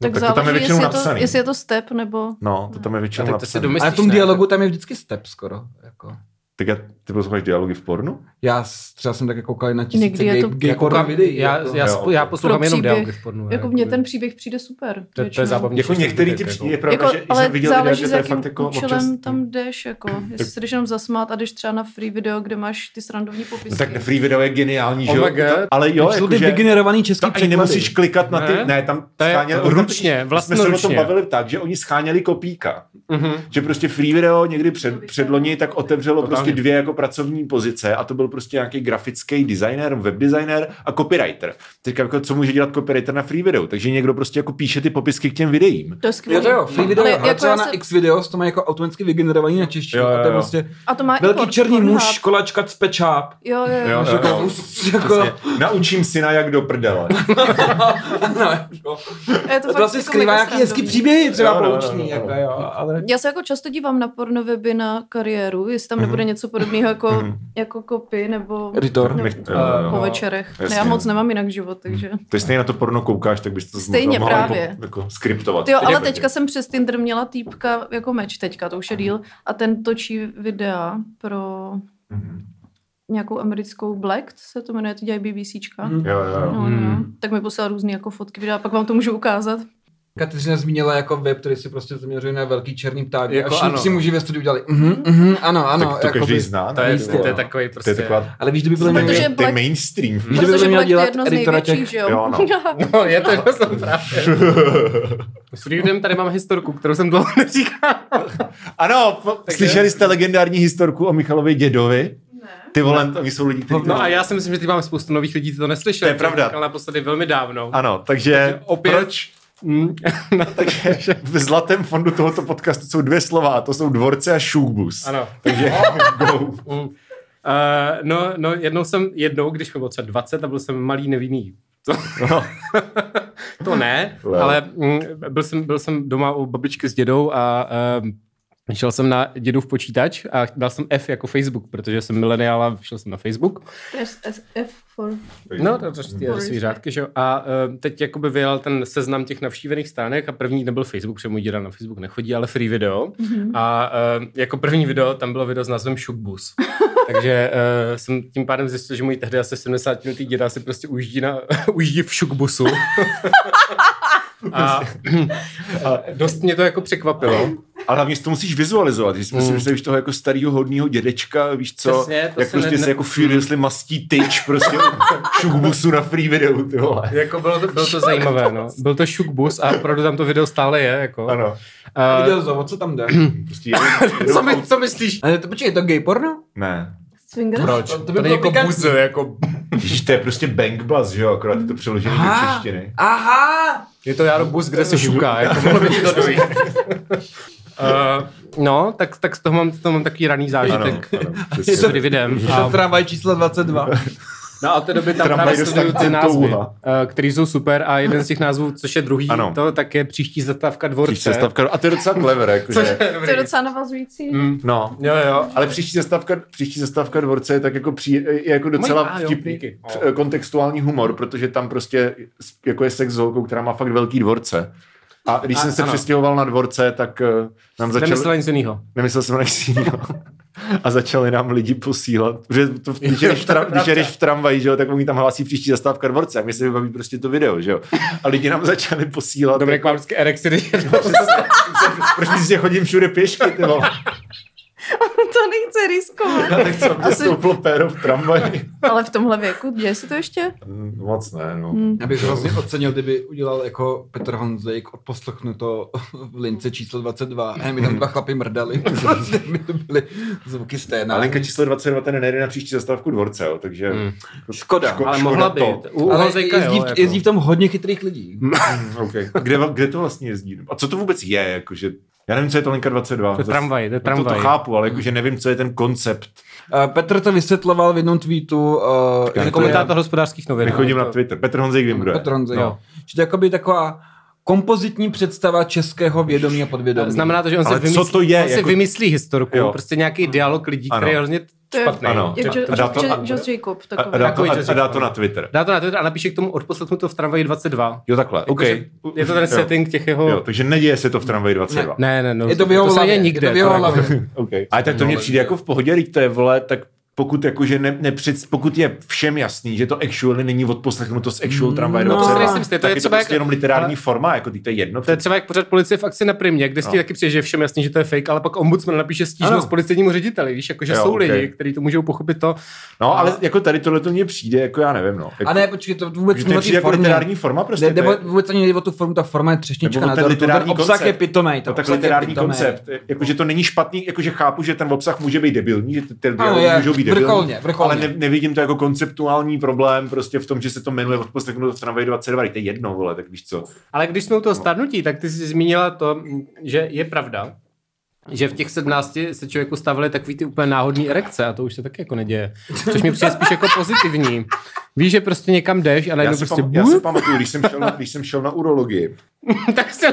Speaker 2: no, tak
Speaker 1: tak,
Speaker 2: to tam je
Speaker 1: záleží,
Speaker 2: většinou
Speaker 1: jestli, je to,
Speaker 2: napsaný.
Speaker 1: jestli je to step nebo...
Speaker 2: No, to tam je většinou
Speaker 4: A tak to si
Speaker 2: napsané.
Speaker 4: domyslíš,
Speaker 3: Ale v tom
Speaker 4: ne?
Speaker 3: dialogu tam je vždycky step skoro. Jako.
Speaker 2: Tak já, ty posloucháš dialogy v pornu?
Speaker 3: Já s- třeba jsem tak jako koukal na tisíce
Speaker 1: Někdy je
Speaker 3: gay,
Speaker 1: to-
Speaker 3: gay
Speaker 4: Já,
Speaker 3: porno
Speaker 4: koukám,
Speaker 3: videí.
Speaker 4: Jako já,
Speaker 3: jako.
Speaker 4: já,
Speaker 2: Jo,
Speaker 4: spo- já
Speaker 2: ok.
Speaker 4: poslouchám
Speaker 1: Pro
Speaker 4: jenom
Speaker 1: příběh.
Speaker 4: dialogy v pornu.
Speaker 1: Jako
Speaker 4: jakoby.
Speaker 1: mně ten příběh přijde super.
Speaker 4: To, to je
Speaker 1: většinou.
Speaker 4: zábavný.
Speaker 2: Jako
Speaker 4: když to
Speaker 2: některý ty
Speaker 4: vidět,
Speaker 2: přijde,
Speaker 4: jako.
Speaker 2: je pravda,
Speaker 1: Jako,
Speaker 2: že
Speaker 1: ale
Speaker 2: jsem viděl
Speaker 1: záleží,
Speaker 2: videa, že
Speaker 1: za
Speaker 2: to je
Speaker 1: jakým
Speaker 2: fakt jako
Speaker 1: účelem
Speaker 2: občas...
Speaker 1: tam jdeš, jako, jestli se jdeš jenom zasmát a jdeš třeba na free video, kde máš ty srandovní popisky.
Speaker 2: No tak free video je geniální,
Speaker 4: Oh
Speaker 2: že jo?
Speaker 4: my God.
Speaker 2: To- Ale jo,
Speaker 3: Jo, jsou ty
Speaker 2: jakože...
Speaker 3: vygenerovaný český
Speaker 2: jako To ani nemusíš klikat na ty,
Speaker 4: Ne.
Speaker 2: ne, tam
Speaker 4: To je
Speaker 2: scháněli-
Speaker 4: ručně,
Speaker 2: My jsme se o tom
Speaker 4: vlastnoručně.
Speaker 2: bavili tak, že oni scháněli kopíka.
Speaker 4: Mhm.
Speaker 2: Že prostě free video někdy před, předloni tak otevřelo
Speaker 4: Totálně.
Speaker 2: prostě dvě jako pracovní pozice a to byl prostě nějaký grafický designer, webdesigner a copywriter. Teďka jako co může dělat copywriter na free video? Takže někdo prostě jako píše ty popisky k těm videím.
Speaker 1: To je
Speaker 3: Jo,
Speaker 1: skvělé.
Speaker 3: to jo, free video, ale, ale
Speaker 1: jako
Speaker 3: třeba
Speaker 1: já
Speaker 3: na
Speaker 1: se-
Speaker 3: X videos to má jako automaticky vygenerovaný na češtinu.
Speaker 2: Jo, jo,
Speaker 3: A to je
Speaker 2: jo.
Speaker 3: prostě
Speaker 1: A to má i
Speaker 3: velký
Speaker 1: Pornhub.
Speaker 3: černý muž, kolačka, cpečáp.
Speaker 1: Jo, jo,
Speaker 2: Jo, no.
Speaker 1: jo.
Speaker 3: Máš
Speaker 2: jo,
Speaker 3: Jako,
Speaker 2: jo.
Speaker 3: us- jako,
Speaker 2: Naučím syna, jak do prdele.
Speaker 1: Jako-
Speaker 3: no, jako,
Speaker 1: A Je to,
Speaker 3: to
Speaker 1: fakt
Speaker 3: vlastně
Speaker 1: jako
Speaker 3: skrývá
Speaker 1: mega
Speaker 3: nějaký hezký
Speaker 1: srandovní.
Speaker 3: příběhy,
Speaker 2: Jo,
Speaker 3: třeba
Speaker 2: no, no,
Speaker 3: pouční,
Speaker 2: no, no.
Speaker 3: jako jo, ale...
Speaker 1: Já se jako často dívám na pornoveby na kariéru, jestli tam
Speaker 2: Mhm.
Speaker 1: nebude něco podobného jako, jako kopy nebo
Speaker 3: Editor.
Speaker 1: nebo
Speaker 2: Hm. Nech- no. jo, jo, jo.
Speaker 1: No, po večerech. Ne,
Speaker 2: Jasně. no.
Speaker 1: já moc nemám jinak život, takže...
Speaker 2: To stejně na to porno koukáš, tak bys to
Speaker 1: Stejně,
Speaker 2: mohla
Speaker 1: právě.
Speaker 2: Jako, jako skriptovat.
Speaker 1: Ty jo, ale
Speaker 2: Skriptovat.
Speaker 1: teďka jsem přes Tinder měla týpka jako meč teďka, to už je díl, a ten točí videa pro
Speaker 2: Mhm.
Speaker 1: nějakou americkou Blacked, se to jmenuje, to dělají BBCčka.
Speaker 3: Mhm.
Speaker 2: Jo, jo, jo.
Speaker 1: No, no. Tak mi poslal různý jako fotky videa, pak vám to můžu ukázat.
Speaker 3: Kateřina zmínila jako web, který se prostě zaměřuje na velký černý pták.
Speaker 4: Jako
Speaker 3: Jako
Speaker 4: ano.
Speaker 3: až si muži ve studiu dělali. Mhm, mhm, ano, ano.
Speaker 2: Tak to
Speaker 3: jakoby.
Speaker 2: každý zná.
Speaker 4: To je,
Speaker 2: ne?
Speaker 4: to je takový
Speaker 2: To je
Speaker 4: prostě...
Speaker 2: taková...
Speaker 3: Ale víš, kdyby bylo
Speaker 1: Protože-
Speaker 3: někdo-
Speaker 2: to je
Speaker 1: Black-
Speaker 2: mainstream.
Speaker 3: Víš, kdyby to
Speaker 1: Protože
Speaker 3: měl
Speaker 1: Blacked je
Speaker 3: dělat
Speaker 1: jedno z
Speaker 3: editora
Speaker 1: největších,
Speaker 3: těch-
Speaker 1: že jo?
Speaker 2: Jo, no.
Speaker 4: No, je to, že jsem právě. S Freedom tady mám historku, kterou jsem dlouho neříkal.
Speaker 2: Ano, po- slyšeli jste legendární historku o Michalovi dědovi?
Speaker 1: Ne.
Speaker 2: Ty vole, oni jsou lidi, kteří...
Speaker 4: No a já si myslím, že ty máme spoustu nových lidí, co to neslyšeli.
Speaker 2: To je pravda.
Speaker 4: Jsem říkal naposledy velmi dávno.
Speaker 2: Ano, takže
Speaker 4: Opět.
Speaker 2: proč
Speaker 4: Mm.
Speaker 2: takže v zlatém fondu tohoto podcastu jsou dvě slova, a to jsou dvorce a šúbus.
Speaker 4: ano.
Speaker 2: Takže go.
Speaker 4: Uh, no, no, jednou jsem, jednou, když mi bylo třeba 20 a byl jsem malý nevinný. To,
Speaker 2: No.
Speaker 4: to ne,
Speaker 2: Lel.
Speaker 4: ale mm, byl, jsem, byl jsem doma u babičky s dědou a um, šel jsem na dědův počítač a dal jsem F jako Facebook, protože jsem mileniál a šel jsem na Facebook.
Speaker 1: SF4.
Speaker 4: No, to prostě je
Speaker 1: Boris.
Speaker 4: svý řádky, že jo. A uh, teď jakoby vyjel ten seznam těch navštívených stránek a první nebyl Facebook, protože můj děda na Facebook nechodí, ale free video.
Speaker 3: Mhm.
Speaker 4: Mm-hmm. A uh, jako první video, tam bylo video s názvem Šukbus. Takže uh, jsem tím pádem zjistil, že můj tehdy asi 70 letý děda si prostě ujíždí, na, ujíždí v Šukbusu. a, a dost mě to jako překvapilo.
Speaker 2: Ale hlavně si to musíš vizualizovat, že si musíš představit toho jako starého hodného dědečka, víš co,
Speaker 4: Přesně, to
Speaker 2: jak
Speaker 4: se
Speaker 2: prostě
Speaker 4: ne-
Speaker 2: se jako furiously mastí tyč prostě u šúbusu na free videu, ty vole.
Speaker 4: Jako bylo to, bylo to zajímavé, no. Byl to Šukbus a opravdu tam to video stále je, jako.
Speaker 2: Ano.
Speaker 4: A-
Speaker 3: Viděl jsi to, o co tam jde?
Speaker 2: Prostě jedou- jedou
Speaker 4: co, my,
Speaker 2: aut-
Speaker 4: co myslíš?
Speaker 3: Ale to, počkej, je to gay porno?
Speaker 2: Ne.
Speaker 1: Swinger?
Speaker 4: Proč?
Speaker 3: To- to by
Speaker 4: Tady
Speaker 3: bylo
Speaker 4: jako
Speaker 3: pikantní.
Speaker 4: buzo, jako...
Speaker 2: Ježíš, to je prostě bang buzz, že jo, akorát je to přeložené do češtiny.
Speaker 3: aha.
Speaker 4: Je to Jaro bus, kde se šuká, jako mohlo by ti to dojít. Uh, no, tak, tak z toho mám, z toho mám takový raný
Speaker 2: Ano,
Speaker 4: zážitek.
Speaker 2: ano,
Speaker 4: S
Speaker 2: přesně.
Speaker 4: dividem.
Speaker 3: Je to tramvaj číslo 22.
Speaker 4: No a od té doby tam
Speaker 2: No, Tramvaj
Speaker 4: právě
Speaker 2: dostane
Speaker 4: sleduju ty
Speaker 2: ten
Speaker 4: názvy,
Speaker 2: touha.
Speaker 4: eh, který jsou super a jeden z těch názvů, což je druhý,
Speaker 2: Ano.
Speaker 4: to tak je příští zastávka dvorce.
Speaker 2: Příští zastávka, a to je docela clever,
Speaker 4: Což je
Speaker 2: jakože.
Speaker 1: To je
Speaker 4: dobrý.
Speaker 1: docela navazující.
Speaker 3: Mhm.
Speaker 2: No,
Speaker 4: Jo, jo.
Speaker 2: ale příští zastávka, příští zastávka dvorce je tak jako, při, je jako
Speaker 4: Mají-
Speaker 2: docela
Speaker 4: a jo,
Speaker 2: vtipný
Speaker 4: díky.
Speaker 2: eh, kontextuální humor, protože tam prostě jako je sex s holkou, která má fakt velký dvorce. A když
Speaker 4: A-
Speaker 2: jsem se
Speaker 4: ano.
Speaker 2: přestěhoval na dvorce, tak eh, nám začal...
Speaker 4: Nemyslel nic jiného.
Speaker 2: Nemyslel jsem na nic jiného. A začali nám lidi posílat. Že to, když,
Speaker 4: Jo,
Speaker 2: jedeš v
Speaker 4: to je
Speaker 2: tram, když
Speaker 4: pravda.
Speaker 2: jedeš v tramvaji, že jo, tak oni tam hlásí příští zastávka dvorce. A mě se vybaví prostě to video, že jo. A lidi nám začali posílat.
Speaker 4: Dominik má vždycky erekci, když
Speaker 2: Proč prostě chodím všude pěšky, ty vole.
Speaker 1: to není nechce riskovat.
Speaker 2: Já nechci, aby
Speaker 1: Asi-
Speaker 2: stouplo péro v tramvaji.
Speaker 1: Ale v tomhle věku, děje se to ještě?
Speaker 2: Mm, Moc ne, no.
Speaker 1: Hm.
Speaker 3: Já bych hrozně ocenil, kdyby udělal jako Petr Honzlík odposlechnu to v lince číslo 22. A mi tam dva chlapy mrdali, protože mi to byly zvuky
Speaker 2: A
Speaker 3: sténa.
Speaker 2: linka číslo 22 ten nejde na příští zastávku dvorce, jo, takže... prostě
Speaker 4: Hmm.
Speaker 3: Škoda.
Speaker 2: ško-
Speaker 4: Ale
Speaker 2: škoda
Speaker 4: mohla by.
Speaker 2: to.
Speaker 4: U
Speaker 3: Ale
Speaker 4: Honzejka,
Speaker 3: jezdí,
Speaker 4: jo,
Speaker 3: v-
Speaker 4: jako.
Speaker 3: jezdí v tom hodně chytrých lidí.
Speaker 2: Mm, okay. A kde, kde to vlastně jezdí? A co to vůbec je? Jakože, já nevím, co je to linka 22.
Speaker 4: To je
Speaker 2: Zas-
Speaker 4: tramvaj, to je
Speaker 2: To, to
Speaker 4: tramvaj. Mm.
Speaker 2: chápu, ale jakože nevím, co je ten koncept.
Speaker 3: Eh, Petr to vysvětloval v jednom tweetu, eh,
Speaker 2: já
Speaker 3: že to je-
Speaker 4: Komentátor hospodářských novin.
Speaker 2: Nechodím
Speaker 4: no,
Speaker 2: na
Speaker 4: to-
Speaker 2: Twitter. Petr Honzík, vím kdo je.
Speaker 3: Petr Honzlík.
Speaker 4: No.
Speaker 3: Že to je jakoby taková kompozitní představa českého vědomí a podvědomí.
Speaker 4: Eh, Znamená to, že on
Speaker 2: Ale
Speaker 4: se
Speaker 2: co
Speaker 4: vymyslí,
Speaker 2: to je,
Speaker 4: on
Speaker 2: jako-
Speaker 4: si vymyslí historku,
Speaker 2: Jo.
Speaker 4: prostě nějaký dialog lidí,
Speaker 2: Ano.
Speaker 4: který je hrozně
Speaker 1: To je-
Speaker 4: špatný.
Speaker 2: Ano.
Speaker 1: Jak
Speaker 4: Třeba-
Speaker 1: Jo-
Speaker 2: A dá to-
Speaker 1: Jo-
Speaker 2: a-
Speaker 1: Josh Jacob,
Speaker 2: A, a, dá
Speaker 1: takový.
Speaker 2: to,
Speaker 4: Takový
Speaker 2: a,
Speaker 4: Josef
Speaker 2: a dá to
Speaker 4: Kotman.
Speaker 2: na Twitter.
Speaker 4: Dá to na Twitter a napíše k tomu odposlechnu to v tramvaji 22.
Speaker 2: Jo, takhle, OK.
Speaker 4: Jakože Je to ten
Speaker 2: Jo.
Speaker 4: setting těch jeho...
Speaker 2: Jo, takže neděje se to v tramvaji 22.
Speaker 4: Ne, ne, no,
Speaker 3: Je to v jeho
Speaker 4: to se
Speaker 3: hlavě,
Speaker 4: neděje
Speaker 3: je
Speaker 4: nikde.
Speaker 3: to v jeho
Speaker 4: to jako-
Speaker 3: hlavě.
Speaker 2: Okay. Ale tak to mně přijde jako v pohodě, když to je vole, tak pokud, jakože ne, nepřed, pokud je všem jasný, že to actually není odposlechnuto z actual tramvaj
Speaker 3: No,
Speaker 2: 22,
Speaker 3: to nejsem
Speaker 4: si jistý, to
Speaker 2: tak
Speaker 4: je
Speaker 2: je to
Speaker 4: třeba
Speaker 2: prostě
Speaker 4: jak-
Speaker 2: jenom literární
Speaker 4: ale-
Speaker 2: forma, jako teď to je jedno.
Speaker 4: To je třeba jak pořád policie v akci na primě, kde si ti
Speaker 2: No.
Speaker 4: taky přijde, že je všem jasný, že to je fake, ale pak ombudsman napíše stížnost
Speaker 3: Ano.
Speaker 4: policejnímu řediteli, víš, jakože
Speaker 2: Jo,
Speaker 4: jsou
Speaker 2: ok.
Speaker 4: lidi, kteří to můžou pochopit to.
Speaker 2: No, ale jako tady tohle to mně přijde, jako já nevím, no. Jako,
Speaker 3: A ne, počkej, to vůbec
Speaker 2: že to
Speaker 3: není
Speaker 2: je
Speaker 3: o té
Speaker 2: přijde jako
Speaker 3: formě.
Speaker 2: literární forma prostě.
Speaker 3: Ne,
Speaker 2: to je-
Speaker 3: nebo vůbec ani nejde o tu formu, ta forma je třešnička
Speaker 2: Nebo
Speaker 3: na
Speaker 2: ten
Speaker 3: dortu, ten
Speaker 2: literární
Speaker 3: obsah
Speaker 2: koncept.
Speaker 3: je pitomej.
Speaker 2: No,
Speaker 3: ten
Speaker 2: tak
Speaker 3: obsah je
Speaker 2: literární
Speaker 3: pitomej.
Speaker 2: koncept. Jakože to není špatný, jakože chápu, že ten obsah může být debilní, že ty ty
Speaker 3: Ano,
Speaker 2: dialogy
Speaker 3: je,
Speaker 2: můžou být debilní,
Speaker 3: vrcholně, vrcholně.
Speaker 2: ale ne, nevidím to jako konceptuální problém prostě v tom, že se to jmenuje odposlechnu v tramvaji 22, to je jedno, vole, tak víš co.
Speaker 4: Ale když jsme u
Speaker 2: No.
Speaker 4: toho starnutí, tak ty jsi zmínila to, že je pravda, že v těch 17 se člověku stavily takový ty úplně náhodný erekce a to už se taky jako neděje. Což mi přijde spíš jako pozitivní. Víš, že prostě někam jdeš a
Speaker 2: Já
Speaker 4: najednou
Speaker 2: si,
Speaker 4: prostě
Speaker 2: pam, já si
Speaker 4: bup,
Speaker 2: pamatuju, když jsem, šel na, když jsem šel na urologii
Speaker 4: tak se,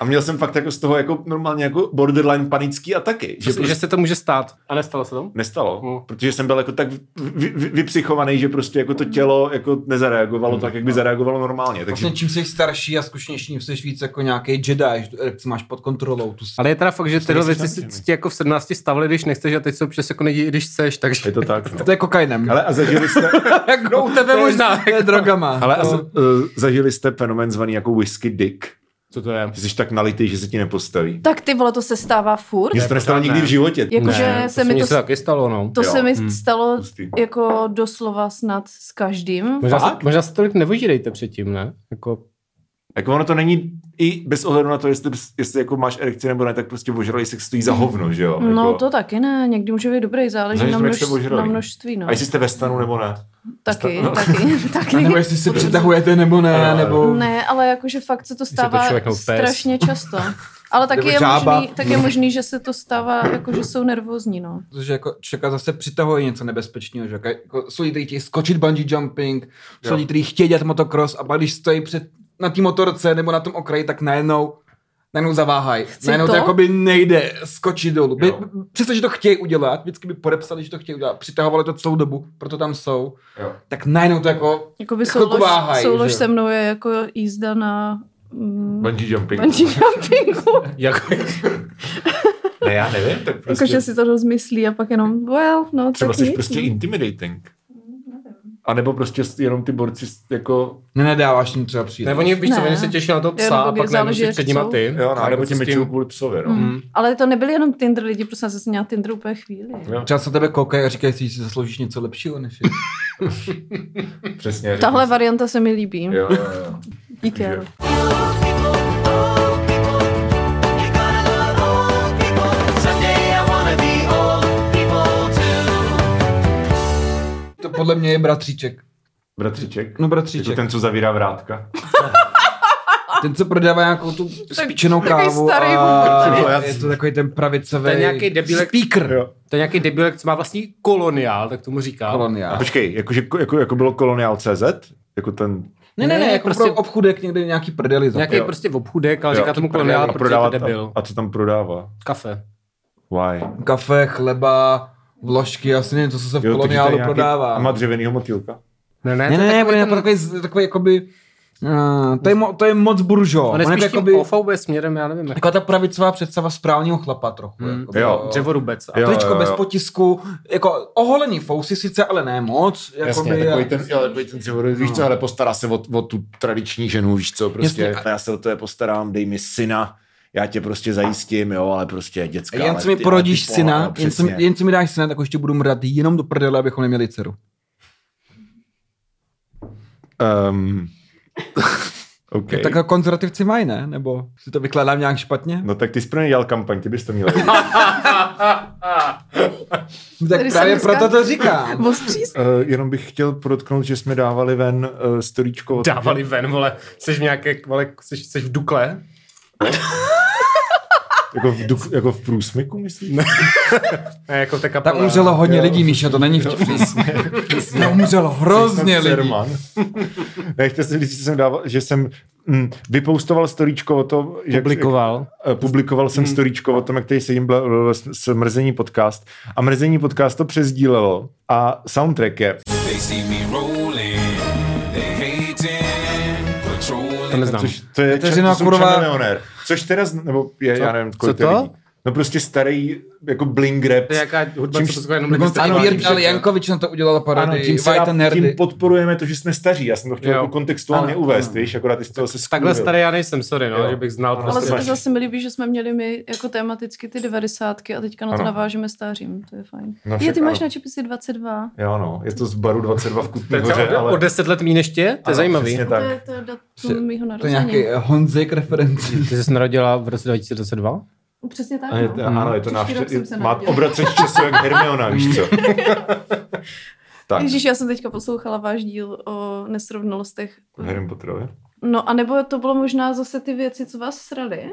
Speaker 2: a měl jsem fakt jako z toho jako normálně jako borderline panický ataky. Že
Speaker 4: že,
Speaker 2: prostě
Speaker 4: že se to může stát. A nestalo se to?
Speaker 2: nestalo,
Speaker 4: Hmm.
Speaker 2: protože jsem byl jako tak vy, vy, vypsychovaný, že prostě jako to tělo jako nezareagovalo tak, jak by zareagovalo normálně. Takže
Speaker 3: Vlastně čím jsi starší a zkušenější, jsi víc jako nějaký Jedi, že tu erekci máš pod kontrolou. Tu
Speaker 4: Ale je teda fakt, že tyhle
Speaker 2: nejsi
Speaker 4: věci si
Speaker 2: samozřejmě.
Speaker 4: ti jako v 17 stavili, když nechceš a teď se občas jako nedějí, když chceš, takže...
Speaker 2: je to tak. No.
Speaker 3: to je kokainem.
Speaker 2: Ale a zažili jste,
Speaker 3: jako, no, u
Speaker 4: tebe
Speaker 3: to je,
Speaker 4: možná,
Speaker 3: To je drogama. No.
Speaker 2: ale a
Speaker 3: to,
Speaker 2: z, uh, zažili jste fenomen zvaný jako whisky dick.
Speaker 4: Co to je?
Speaker 2: Že jsi tak nalitý, že se ti nepostaví.
Speaker 1: Tak ty vole, to se stává furt.
Speaker 2: Mně se to nestalo
Speaker 4: pořád
Speaker 2: nikdy v
Speaker 4: ne.
Speaker 2: životě.
Speaker 1: Jako- Jakože
Speaker 4: ne,
Speaker 1: se mi
Speaker 4: mně
Speaker 1: to
Speaker 4: se taky stalo, no.
Speaker 1: To
Speaker 2: Jo.
Speaker 1: se mi
Speaker 4: Hmm.
Speaker 1: stalo
Speaker 2: Hustý.
Speaker 1: jako doslova snad s každým.
Speaker 4: Možná, se, možná se tolik nevožírejte předtím, ne? Jako,
Speaker 2: Jako ono to není i bez ohledu na to, jestli, jestli jako máš erekci nebo ne, tak prostě ožralý sex stojí za hovno, že jo?
Speaker 1: No
Speaker 2: jako,
Speaker 1: to taky ne, někdy může být dobrý, záleží
Speaker 2: Záleží
Speaker 1: na,
Speaker 2: na tom, jak
Speaker 1: množ,
Speaker 2: jste ožralí.
Speaker 1: na množství, no.
Speaker 2: A jestli jste ve stanu nebo ne.
Speaker 1: Taky,
Speaker 2: No.
Speaker 1: taky, taky.
Speaker 3: nebo jestli se přitahujete nebo ne,
Speaker 2: Ano,
Speaker 3: nebo...
Speaker 1: Ne, ale jakože fakt se to stává
Speaker 4: člověk nebo pes.
Speaker 1: strašně často. Ale taky
Speaker 3: Nebo
Speaker 1: je,
Speaker 3: žába.
Speaker 1: možný, tak je možný, že se to stává, jakože jsou nervózní, no.
Speaker 3: Protože jako člověka zase přitahuje něco nebezpečného, že jako- jako jsou lidi, kteří chtějí skočit bungee jumping, jsou
Speaker 2: Jo.
Speaker 3: lidi, kteří chtějí dělat motocross a pak když stojí před, na té motorce nebo na tom okraji, tak najednou najednou zaváhají. Najednou to,
Speaker 1: to?
Speaker 3: jakoby nejde skočit dolů. By,
Speaker 2: Jo.
Speaker 3: přestože to chtějí udělat, vždycky by podepsali, že to chtějí udělat, přitahovali to celou dobu, proto tam jsou,
Speaker 2: Jo.
Speaker 3: tak najednou to jako
Speaker 1: Jakoby
Speaker 3: Chvilku
Speaker 1: soulož,
Speaker 3: váhají,
Speaker 1: soulož
Speaker 3: že jo.
Speaker 1: se mnou je jako jízda na mm,
Speaker 2: Bungee jumping.
Speaker 1: bungee jumpingu.
Speaker 4: jako,
Speaker 2: Ne, já nevím, tak prostě.
Speaker 1: Jakože si to rozmyslí a pak jenom, well, no,
Speaker 2: třeba
Speaker 1: tak
Speaker 2: jsi
Speaker 1: nic,
Speaker 2: prostě
Speaker 1: no.
Speaker 2: intimidating. A nebo prostě jenom ty borci jako...
Speaker 3: nenadáváš jim třeba přijít.
Speaker 4: ne, oni, víš co,
Speaker 1: Ne.
Speaker 4: oni se těší na toho
Speaker 1: Jenom
Speaker 4: psa a
Speaker 1: blbě
Speaker 4: pak najednou
Speaker 1: záleží,
Speaker 4: si
Speaker 1: jak
Speaker 4: před nima
Speaker 1: chcou.
Speaker 4: ty.
Speaker 2: Jo, no,
Speaker 4: Tak
Speaker 2: a nebo
Speaker 4: jako
Speaker 2: ti
Speaker 4: s tím-
Speaker 2: mečou kvůli psovi, no.
Speaker 1: Mm. Ale to nebyl jenom Tinder lidi, prostě já jsem měla Tinder úplně chvíli.
Speaker 2: Jo,
Speaker 3: Třeba se na tebe koukají a říkají si, že si zasloužíš něco lepšího než je.
Speaker 2: přesně.
Speaker 1: Tahle varianta se mi líbí.
Speaker 2: Jo, jo, jo.
Speaker 1: Díky.
Speaker 2: Jo.
Speaker 1: Jaro.
Speaker 3: To podle mě je bratříček.
Speaker 2: Bratříček.
Speaker 3: No
Speaker 2: Jako
Speaker 3: bratříček. Ten,
Speaker 2: ten, co zavírá vrátka.
Speaker 3: ten co prodává nějakou tu spíčenou
Speaker 1: takový
Speaker 3: kávu
Speaker 1: starý
Speaker 3: a
Speaker 2: vůbec.
Speaker 3: je to takový ten pravicový
Speaker 4: To je nějaký debilek-
Speaker 3: speaker.
Speaker 2: Jo.
Speaker 4: To je nějaký debilek, co má vlastní koloniál, tak tomu říká.
Speaker 2: A
Speaker 3: Koloniál.
Speaker 2: počkej, jakože, jako, jako bylo koloniál CZ? Jako ten...
Speaker 3: Ne, ne, ne, jako
Speaker 4: prostě-
Speaker 3: prostě... pro obchůdek někde nějaký prdely. za-
Speaker 4: Nějaký
Speaker 2: Jo.
Speaker 4: prostě obchůdek, ale
Speaker 2: Jo.
Speaker 4: říká tomu koloniál,
Speaker 2: a
Speaker 4: protože je
Speaker 2: prodává
Speaker 4: to debil.
Speaker 2: A, a co tam prodává?
Speaker 4: Kafe.
Speaker 2: Why?
Speaker 3: Kafe, chleba, vložky, asi nevím, co se v
Speaker 2: Jo, takže to je
Speaker 3: koloniálu
Speaker 2: nějaký-
Speaker 3: prodává.
Speaker 2: A má dřevěnýho motýlka?
Speaker 4: Ne, ne,
Speaker 3: Ne,
Speaker 4: to
Speaker 3: ne,
Speaker 4: je
Speaker 3: ne, on
Speaker 4: takový
Speaker 3: je
Speaker 4: ten-
Speaker 3: takový, takový jakoby... Uh, to, je mo, to je moc buržo.
Speaker 4: On
Speaker 3: On
Speaker 4: je
Speaker 3: je
Speaker 4: spíš
Speaker 3: jakoby,
Speaker 4: tím OVB směrem, já nevím. jak-
Speaker 3: taková ta pravicová představa správního chlapa trochu.
Speaker 4: Hmm.
Speaker 3: jakoby,
Speaker 2: Jo.
Speaker 4: Dřevorubec.
Speaker 2: Jo.
Speaker 3: Tričko bez potisku, jako oholený fousy sice, ale ne moc. Jakoby,
Speaker 2: ten, jo, takový ten dřevoru, víš co, ale postará se o, o tu tradiční ženu, víš co, prostě-
Speaker 3: Jasně,
Speaker 2: Já se o to je postarám, dej mi syna, já tě prostě zajistím, jo, ale prostě děcka.
Speaker 3: Jen
Speaker 2: ale
Speaker 3: co mi
Speaker 2: ty-
Speaker 3: porodíš
Speaker 2: ale ty
Speaker 3: syna,
Speaker 2: pola, no,
Speaker 3: jen, co, mi-
Speaker 2: přesně.
Speaker 3: jen co mi dáš syna, tak ho ještě budu mrdat jenom do prdele, abychom neměli dceru.
Speaker 2: Ehm, okay.
Speaker 3: Okay. Tak konzervativci mají, ne? Nebo si to vykládám nějak špatně?
Speaker 2: No tak ty jsi pro ně dělal kampaň, ty bys to měl.
Speaker 3: No, tak
Speaker 1: Tady jsem
Speaker 3: právě
Speaker 1: dneska-
Speaker 3: proto to říkám.
Speaker 1: Ostří s-
Speaker 2: Uh, jenom bych chtěl podotknout, že jsme dávali ven uh, storíčko. o tom,
Speaker 4: Dávali ven, vole, jsi v nějaké, vole, jsi, jsi v Dukle?
Speaker 2: že- Jako v, duf, jako v průsmyku, myslím? Ne.
Speaker 4: Ne, jako ta kapela.
Speaker 3: Tam umřelo hodně
Speaker 2: jo.
Speaker 3: lidí, Míša, to není vtipný. Tam umřelo hrozně lidí.
Speaker 2: ne, chtěl jsem říct, že jsem, dával, že jsem mm, vypoustoval storíčko o tom, jak,
Speaker 4: Publikoval.
Speaker 2: Eh, publikoval jsem storíčko o tom, jak tady sedím bla- bla- bla- s- s mrzení podcast a mrzení podcast to přezdílelo a soundtrack je
Speaker 5: They see me rolling, they hating,
Speaker 4: To
Speaker 5: patrolling.
Speaker 4: neznám.
Speaker 2: což to je
Speaker 3: Kateřina
Speaker 2: to jsou
Speaker 3: Kurva.
Speaker 2: Chameleoner, což teda, zn- nebo je, já nevím, kolik
Speaker 4: co to?
Speaker 2: lidí. No prostě starý jako bling rap.
Speaker 4: To je jaká hudba,
Speaker 2: Čímž-
Speaker 4: co to jsou jenom
Speaker 3: Dokonce
Speaker 4: lidi
Speaker 3: i
Speaker 4: zpívají,
Speaker 3: Bírk
Speaker 4: že to-
Speaker 3: Ale Jankovič na to udělal
Speaker 2: Ano,
Speaker 3: parodii.
Speaker 2: tím, se
Speaker 3: White
Speaker 2: dá,
Speaker 3: and Nerdy.
Speaker 2: tím podporujeme to, že jsme staří. Já jsem to chtěl
Speaker 4: Jo.
Speaker 2: jako kontextuálně
Speaker 3: Ano,
Speaker 2: uvést,
Speaker 3: ano.
Speaker 2: víš, akorát ty z toho se
Speaker 4: Takhle
Speaker 2: skurvil.
Speaker 4: starý já nejsem, sorry, no,
Speaker 2: Jo.
Speaker 4: že bych znal
Speaker 2: Ale
Speaker 1: Ale
Speaker 4: prostě.
Speaker 2: Vlastně.
Speaker 1: se- zase mi líbí, že jsme měli my jako tematicky ty devadesátky a teďka na to
Speaker 2: Ano.
Speaker 1: navážeme stářím, to je fajn.
Speaker 2: No
Speaker 1: je,
Speaker 2: však
Speaker 1: ty máš
Speaker 2: ano.
Speaker 1: na čepici 22.
Speaker 2: Jo, no, je to z baru 22 v Kutní
Speaker 4: To
Speaker 2: hoře,
Speaker 4: je
Speaker 2: ale...
Speaker 4: O deset let méně ještě? To je
Speaker 2: Ano,
Speaker 4: zajímavý.
Speaker 2: přesně
Speaker 1: To
Speaker 2: tak.
Speaker 1: je, to je datum
Speaker 3: Při-
Speaker 1: mýho
Speaker 3: To je nějaký
Speaker 1: narození.
Speaker 3: eh, Honzik referenci.
Speaker 4: Ty jsi narodila v roce 2022?
Speaker 1: Přesně tak,
Speaker 2: A je,
Speaker 1: no.
Speaker 2: to- ano, je to
Speaker 1: Příští rok jsem se
Speaker 2: návštěv... Má
Speaker 1: narodila.
Speaker 2: obraceš času jak Hermiona, víš co? tak,
Speaker 1: Ježíš, já jsem teďka poslouchala váš díl o nesrovnalostech.
Speaker 2: Harry Potterovi.
Speaker 1: No a nebo to bylo možná zase ty věci, co vás srali?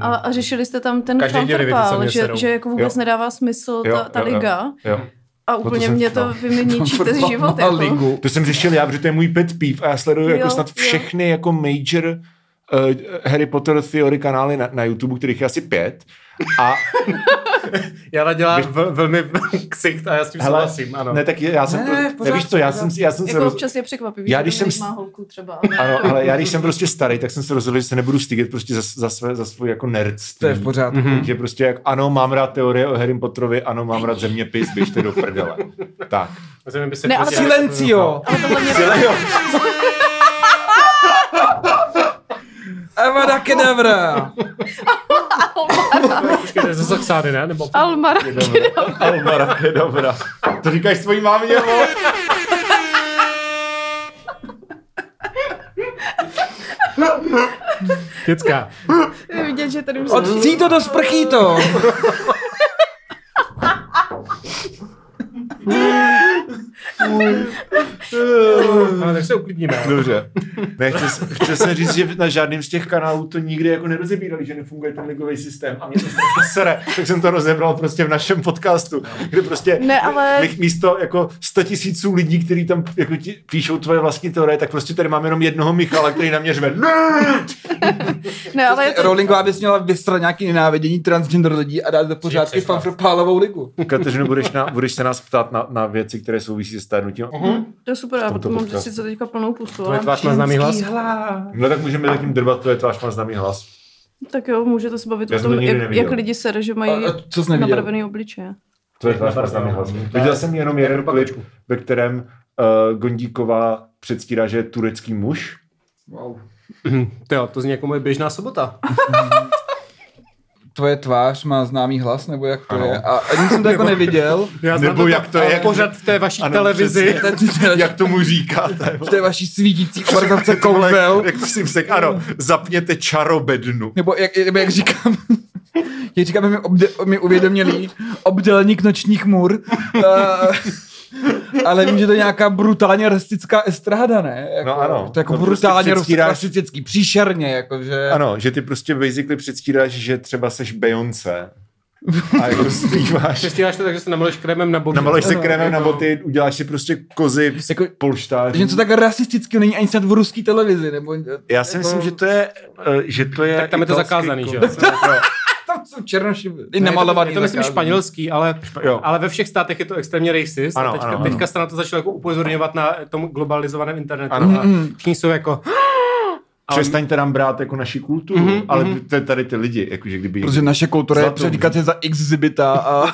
Speaker 1: A, a řešili jste tam ten
Speaker 4: Každý díl je věci, co
Speaker 1: fanfrpál,
Speaker 4: mě
Speaker 1: že,
Speaker 4: serou.
Speaker 1: že jako vůbec
Speaker 2: Jo.
Speaker 1: nedává smysl
Speaker 2: Jo,
Speaker 1: ta, ta
Speaker 2: jo, jo.
Speaker 1: liga.
Speaker 2: Jo.
Speaker 1: A
Speaker 2: to
Speaker 1: úplně
Speaker 2: jsem-
Speaker 1: mě to
Speaker 2: no.
Speaker 1: vyměníčíte z život.
Speaker 3: Fotbalová
Speaker 1: Jako.
Speaker 3: ligu.
Speaker 2: To jsem řešil já, protože to je můj pet peeve a já sleduju
Speaker 1: Jo,
Speaker 2: jako snad
Speaker 1: jo.
Speaker 2: všechny jako major uh, Harry Potter theory kanály na, na YouTube, kterých je asi pět. A
Speaker 4: Jana dělá vel- velmi ksicht a já s tím
Speaker 2: hele,
Speaker 4: souhlasím, ano.
Speaker 2: ne, tak já jsem,
Speaker 3: Ne,
Speaker 2: ne,
Speaker 3: ne, v
Speaker 2: ne, víš
Speaker 3: pořádku,
Speaker 2: co, já
Speaker 3: v
Speaker 2: jsem, já jsem se
Speaker 1: Jako
Speaker 2: roz,
Speaker 1: občas je překvapivý,
Speaker 2: Já
Speaker 1: že
Speaker 2: když jsem
Speaker 1: Dominik
Speaker 2: s-
Speaker 1: má holku třeba. ale-
Speaker 2: Ano, ale já když jsem prostě starý, tak jsem se rozhodl, že se nebudu stydět prostě za, za, své, za svůj jako nerdství.
Speaker 3: To je v pořádku.
Speaker 2: Mm-hmm. Že prostě jak, ano, mám rád teorie o Harry Potterovi, ano, mám rád zeměpis, běžte do prdele. Tak.
Speaker 4: Zemi by se
Speaker 1: Ne, a
Speaker 4: podívala-
Speaker 3: Silencio!
Speaker 1: Ale tohle mě...
Speaker 3: Avada Kedavra!
Speaker 4: Počkej, to je ze Saxány, ne? Nebo...
Speaker 1: Almar.
Speaker 2: Almara, je dobrá. To říkáš svojí mámě, jo?
Speaker 4: Dětská.
Speaker 1: Je vidět, že tady už
Speaker 3: Od
Speaker 1: jsem-
Speaker 3: cíto do sprchýto!
Speaker 4: Ale tak se uklidníme.
Speaker 2: Dobře. Ne, chci, s- chci se říct, že na žádném z těch kanálů to nikdy jako nerozebírali, že nefunguje ten ligový systém a mě to strašně sere. Tak jsem to rozebral prostě v našem podcastu, kde prostě
Speaker 1: Ne, ale-
Speaker 2: mí- místo jako 100 tisíců lidí, kteří tam jako ti píšou tvoje vlastní teorie, tak prostě tady mám jenom jednoho Michala, který na mě řve. "Ne!"
Speaker 1: Ne, ale je to...
Speaker 3: Rowlingová bys měla vystrat nějaký nenávidění transgender lidí a dát do pořádky fanfrpálovou ligu.
Speaker 2: Kateřino, budeš, na, budeš se nás ptát na, na věci, které souvisí s stárnutím. Uh-huh.
Speaker 1: To je super, já
Speaker 2: tomto
Speaker 1: mám
Speaker 2: podcastu.
Speaker 1: si teďka plnou pustu.
Speaker 4: Tvoje
Speaker 1: ale-
Speaker 4: tvář má známý hlas.
Speaker 2: No tak můžeme zatím debat, to je tvář má známý hlas.
Speaker 1: Tak jo, můžete se bavit
Speaker 2: Já
Speaker 1: o
Speaker 2: jsem to
Speaker 1: tom,
Speaker 2: nikdy
Speaker 1: jak,
Speaker 2: neviděl.
Speaker 1: jak lidi sere, že mají
Speaker 3: A- a co jsi neviděl?
Speaker 1: nabarvený obličeje.
Speaker 2: To je tvář má známý hlas. Viděl jsem jenom jeden klip, ve kterém uh, Gondíková předstírá, že je turecký muž.
Speaker 3: Wow.
Speaker 2: Mhm.
Speaker 4: To jo, to zní jako moje běžná sobota.
Speaker 3: Tvoje tvář má známý hlas, nebo jak to
Speaker 2: Ano.
Speaker 3: je? A ani jsem to jako neviděl.
Speaker 4: Já
Speaker 2: Nebo jak to je, jak-
Speaker 4: pořad v té vaší
Speaker 2: Ano,
Speaker 4: televizi.
Speaker 2: přesně. Jak tomu říkáte?
Speaker 3: V té vaší svítící obrazovce kouzel.
Speaker 2: Jak si se, ano, zapněte čarobednu.
Speaker 3: Nebo jak, nebo jak říkám, jak říkám, mi, obde, mi uvědomělý obdelník nočních mur. Uh, ale vím, že to je nějaká brutálně rasistická estráda, ne? Jako,
Speaker 2: No ano.
Speaker 3: To je jako
Speaker 2: No
Speaker 3: no
Speaker 2: prostě
Speaker 3: brutálně prostě
Speaker 2: předstíráš-
Speaker 3: rasistický, příšerně, jako, jakože.
Speaker 2: Ano, že ty prostě basically předstíráš, že třeba seš Beyoncé. A jako zpíváš.
Speaker 4: Přestíháš to tak, že se namaluješ krémem na boty.
Speaker 2: Namaluješ se krémem na boty, uděláš si prostě kozy z
Speaker 3: Jako-
Speaker 2: polštářů.
Speaker 3: Že něco tak rasistického není ani snad v ruský televizi, nebo...
Speaker 2: Já si myslím, že to je, eh, že to je...
Speaker 4: Tak tam je to
Speaker 2: italský
Speaker 4: zakázaný,
Speaker 2: ko-
Speaker 4: že jo?
Speaker 3: Tam jsou černošiby. I
Speaker 4: Ne, je to-
Speaker 3: namalovaný.
Speaker 4: Je to, myslím,
Speaker 3: zakázaný.
Speaker 4: španělský, ale,
Speaker 2: jo.
Speaker 4: ale ve všech státech je to extrémně racist.
Speaker 2: Ano,
Speaker 4: a teďka,
Speaker 2: ano,
Speaker 4: teďka se na to začalo jako upozorňovat na tom globalizovaném internetu.
Speaker 2: Ano.
Speaker 4: A všichni jsou jako...
Speaker 2: Přestaňte nám brát jako naši kulturu,
Speaker 4: Mhm,
Speaker 2: mm-hmm, ale to je tady ty lidi, jakože kdyby...
Speaker 3: Protože naše kultura je
Speaker 2: Zlatou.
Speaker 3: předikace za exhibita a...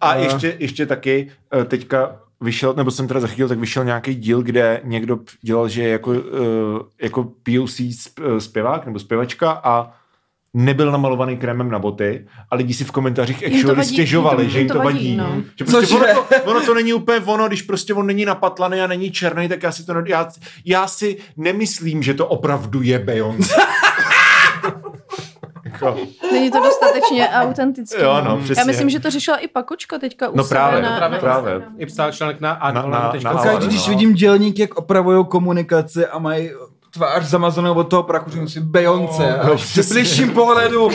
Speaker 2: A ještě, ještě taky eh, teďka vyšel, nebo jsem teda zachytil, tak vyšel nějaký díl, kde někdo p- dělal, že je jako, eh, jako POC sp- eh, zpěvák nebo zpěvačka a nebyl namalovaný krémem na boty a lidi si v komentářích
Speaker 1: to
Speaker 2: actually
Speaker 1: vadí,
Speaker 2: stěžovali,
Speaker 1: jim to-
Speaker 2: že jim to vadí.
Speaker 1: no.
Speaker 2: Že prostě
Speaker 3: Cože?
Speaker 2: ono, to, ono to není úplně ono, když prostě on není napatlaný a není černý, tak já si to ne, já, já si nemyslím, že to opravdu je Beyoncé. Jako,
Speaker 1: Není to dostatečně autentické.
Speaker 2: Jo, no,
Speaker 1: Já
Speaker 2: přesně.
Speaker 1: myslím, že to řešila i Pakočka teďka u
Speaker 2: No
Speaker 1: sebe
Speaker 2: právě,
Speaker 1: na,
Speaker 2: no právě,
Speaker 1: na
Speaker 2: právě.
Speaker 1: Instagramu.
Speaker 4: I psal článek na
Speaker 2: na- na-
Speaker 4: adlan.cz.
Speaker 2: Ale
Speaker 3: Každý, když
Speaker 2: no.
Speaker 3: vidím dělník, jak opravují komunikaci a mají tvář zamazanou od toho prachu, že musí Beyoncé.
Speaker 2: no,
Speaker 3: Oh,
Speaker 2: přesně.
Speaker 3: při slyším pohledu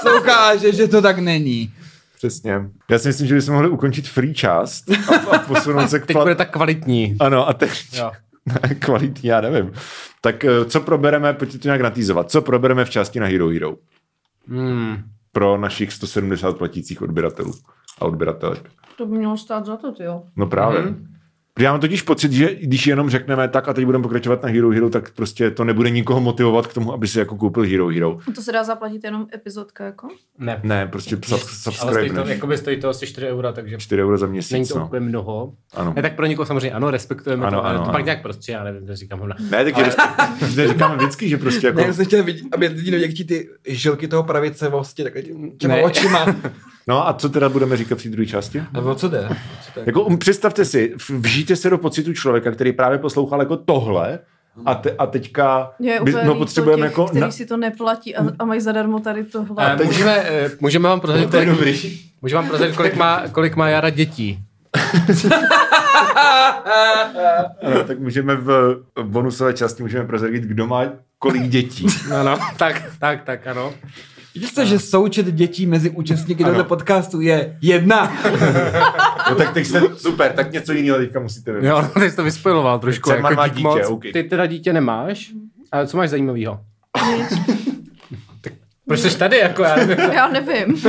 Speaker 3: se ukáže, že to tak není.
Speaker 2: přesně. Já si myslím, že bychom mohli ukončit free část a, a posunout se k
Speaker 4: Teď bude tak kvalitní.
Speaker 2: Ano, a teď...
Speaker 4: Jo.
Speaker 2: Kvalitní, já nevím. Tak eh, co probereme, pojďte to nějak natýzovat, co probereme v části na Hero Hero
Speaker 4: Hmm.
Speaker 2: pro našich 170 platících odběratelů a odběratelek?
Speaker 1: To by mělo stát za to, ty jo.
Speaker 2: No právě. Mm-hmm.
Speaker 4: Mhm.
Speaker 2: Já mám totiž pocit, že když jenom řekneme tak a teď budeme pokračovat na Hero Hero, tak prostě to nebude nikoho motivovat k tomu, aby si jako koupil Hero Hero.
Speaker 1: To se dá zaplatit jenom epizodka, jako?
Speaker 4: Ne.
Speaker 2: Ne, prostě sub-
Speaker 4: Ale stojí to,
Speaker 2: subscribe.
Speaker 4: jakoby stojí to asi 4 eura, takže
Speaker 2: 4 euro za
Speaker 4: není
Speaker 2: měsíc,
Speaker 4: to
Speaker 2: no.
Speaker 4: úplně mnoho.
Speaker 2: Ano.
Speaker 4: Ne, tak pro někoho samozřejmě ano, respektujeme
Speaker 2: Ano,
Speaker 4: to, ale
Speaker 2: ano,
Speaker 4: to
Speaker 2: ano.
Speaker 4: pak nějak prostě, já nevím, to říkám hovna.
Speaker 2: Ne, tak je respekt- že říkáme vždycky, že prostě jako...
Speaker 3: Ne, já jsem chtěl vidět, aby lidi viděli, jak ti ty žilky toho pravice vlastně takhle těma
Speaker 4: Ne.
Speaker 3: očima.
Speaker 2: No a co teda budeme říkat v té druhé části?
Speaker 3: Nebo co jde? Co jde?
Speaker 2: Jako um, představte si, v- vžijte se do pocitu člověka, který právě poslouchal jako tohle a, te, a teďka
Speaker 1: Je
Speaker 2: by,
Speaker 1: úplně
Speaker 2: no,
Speaker 1: líto
Speaker 2: potřebujeme
Speaker 1: těch,
Speaker 2: jako...
Speaker 1: kteří
Speaker 2: Na,
Speaker 1: si to neplatí a, a mají zadarmo tady
Speaker 3: No,
Speaker 1: tohle.
Speaker 4: Eh, můžeme, eh, můžeme vám prozradit,
Speaker 2: to je
Speaker 4: kolik,
Speaker 2: dobrý.
Speaker 4: můžeme vám prozradit, kolik má, kolik má Jara dětí.
Speaker 2: Ano, tak můžeme v v bonusové části můžeme prozradit, kdo má kolik dětí.
Speaker 4: Ano, tak, tak, tak, ano.
Speaker 3: Vidíte, že součet dětí mezi účastníky
Speaker 2: Ano.
Speaker 3: tohoto podcastu je jedna.
Speaker 2: No tak teď jste super, tak něco jiného teďka musíte vymyslet.
Speaker 4: Jo, no, ty jsi to vyspojoval trošku. jako
Speaker 2: Cerman má
Speaker 4: dík
Speaker 2: dítě, OK.
Speaker 4: Ty teda dítě nemáš, ale co máš zajímavého? Proč jsi tady? Jako já nevím.
Speaker 1: Já nevím.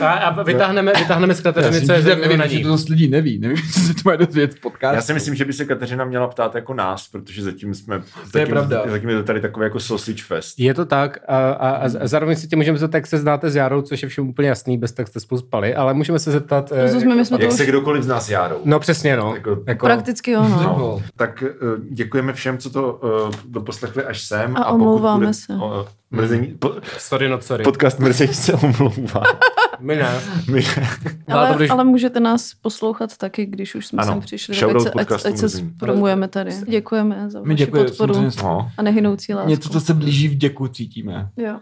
Speaker 4: a, a vytáhneme, vytáhneme z Kateřiny, co je zajímavé na
Speaker 3: nevím, že
Speaker 4: ní.
Speaker 3: to dost lidí neví. Nevím, co se to má dozvědět z podcastu.
Speaker 2: Já si myslím, že by se Kateřina měla ptát jako nás, protože zatím jsme...
Speaker 3: To je
Speaker 2: zatím,
Speaker 3: pravda.
Speaker 2: Zatím je to tady takové jako sausage fest.
Speaker 4: Je to tak a, a, a z- a zároveň si tě můžeme zeptat, jak se znáte s Jarou, což je všem úplně jasný, bez tak jste spolu spali, ale můžeme se zeptat... eh,
Speaker 1: Zuzme, my jsme No to
Speaker 2: Jak
Speaker 1: už
Speaker 2: se kdokoliv z nás járou.
Speaker 4: No přesně, no.
Speaker 2: Jako-
Speaker 4: Jako,
Speaker 1: prakticky jo, no.
Speaker 2: No, tak eh, děkujeme všem, co to eh, doposlechli až sem.
Speaker 1: A
Speaker 2: pokud
Speaker 1: omlouváme
Speaker 2: bude-
Speaker 1: se.
Speaker 2: O, mrzení, po,
Speaker 4: Sorry, not sorry.
Speaker 2: podcast Mrzení se omlouvá.
Speaker 4: My ne.
Speaker 2: My,
Speaker 4: Ale to
Speaker 1: Ale,
Speaker 4: budeš-
Speaker 1: ale můžete nás poslouchat taky, když už jsme
Speaker 2: no, Ano.
Speaker 1: sem přišli. Tak
Speaker 2: Shoutout
Speaker 1: ať, se- ať,
Speaker 2: podcastu
Speaker 1: ať se
Speaker 2: Mrzení.
Speaker 1: zpromujeme tady. Děkujeme za
Speaker 3: My
Speaker 1: vaši
Speaker 3: děkujeme.
Speaker 1: podporu
Speaker 3: samozřejmě.
Speaker 2: no,
Speaker 1: a nehynoucí lásku.
Speaker 3: Něco, co se blíží v děku, cítíme.
Speaker 1: Jo.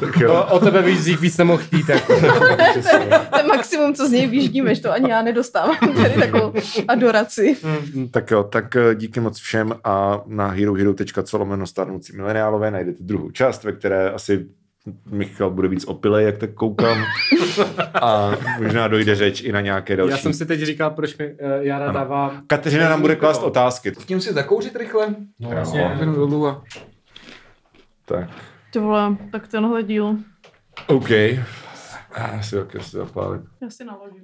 Speaker 2: tak jo.
Speaker 4: O, o tebe víc, dík víc nemohl chtít. Jako.
Speaker 1: To je maximum, co z něj vyždíme, že to ani já nedostávám tady takovou adoraci.
Speaker 2: Tak jo, tak eh, díky moc všem a na herohero.co lomeno starnoucí mileniálové najdete druhou část, ve které asi Michal bude víc opilej, jak tak koukám. A možná dojde řeč i na nějaké další.
Speaker 4: Já jsem si teď říkal, proč mi eh, Jara
Speaker 2: Ano.
Speaker 4: dává...
Speaker 2: Kateřina nám bude klást otázky.
Speaker 3: S tím si zakouřit rychle?
Speaker 4: No,
Speaker 2: Jo.
Speaker 4: vlastně.
Speaker 3: Jenom dolů a...
Speaker 2: Tak.
Speaker 1: Ty vole, tak tenhle díl
Speaker 2: OK. Já si, jak si zapálím.
Speaker 1: já si naložím.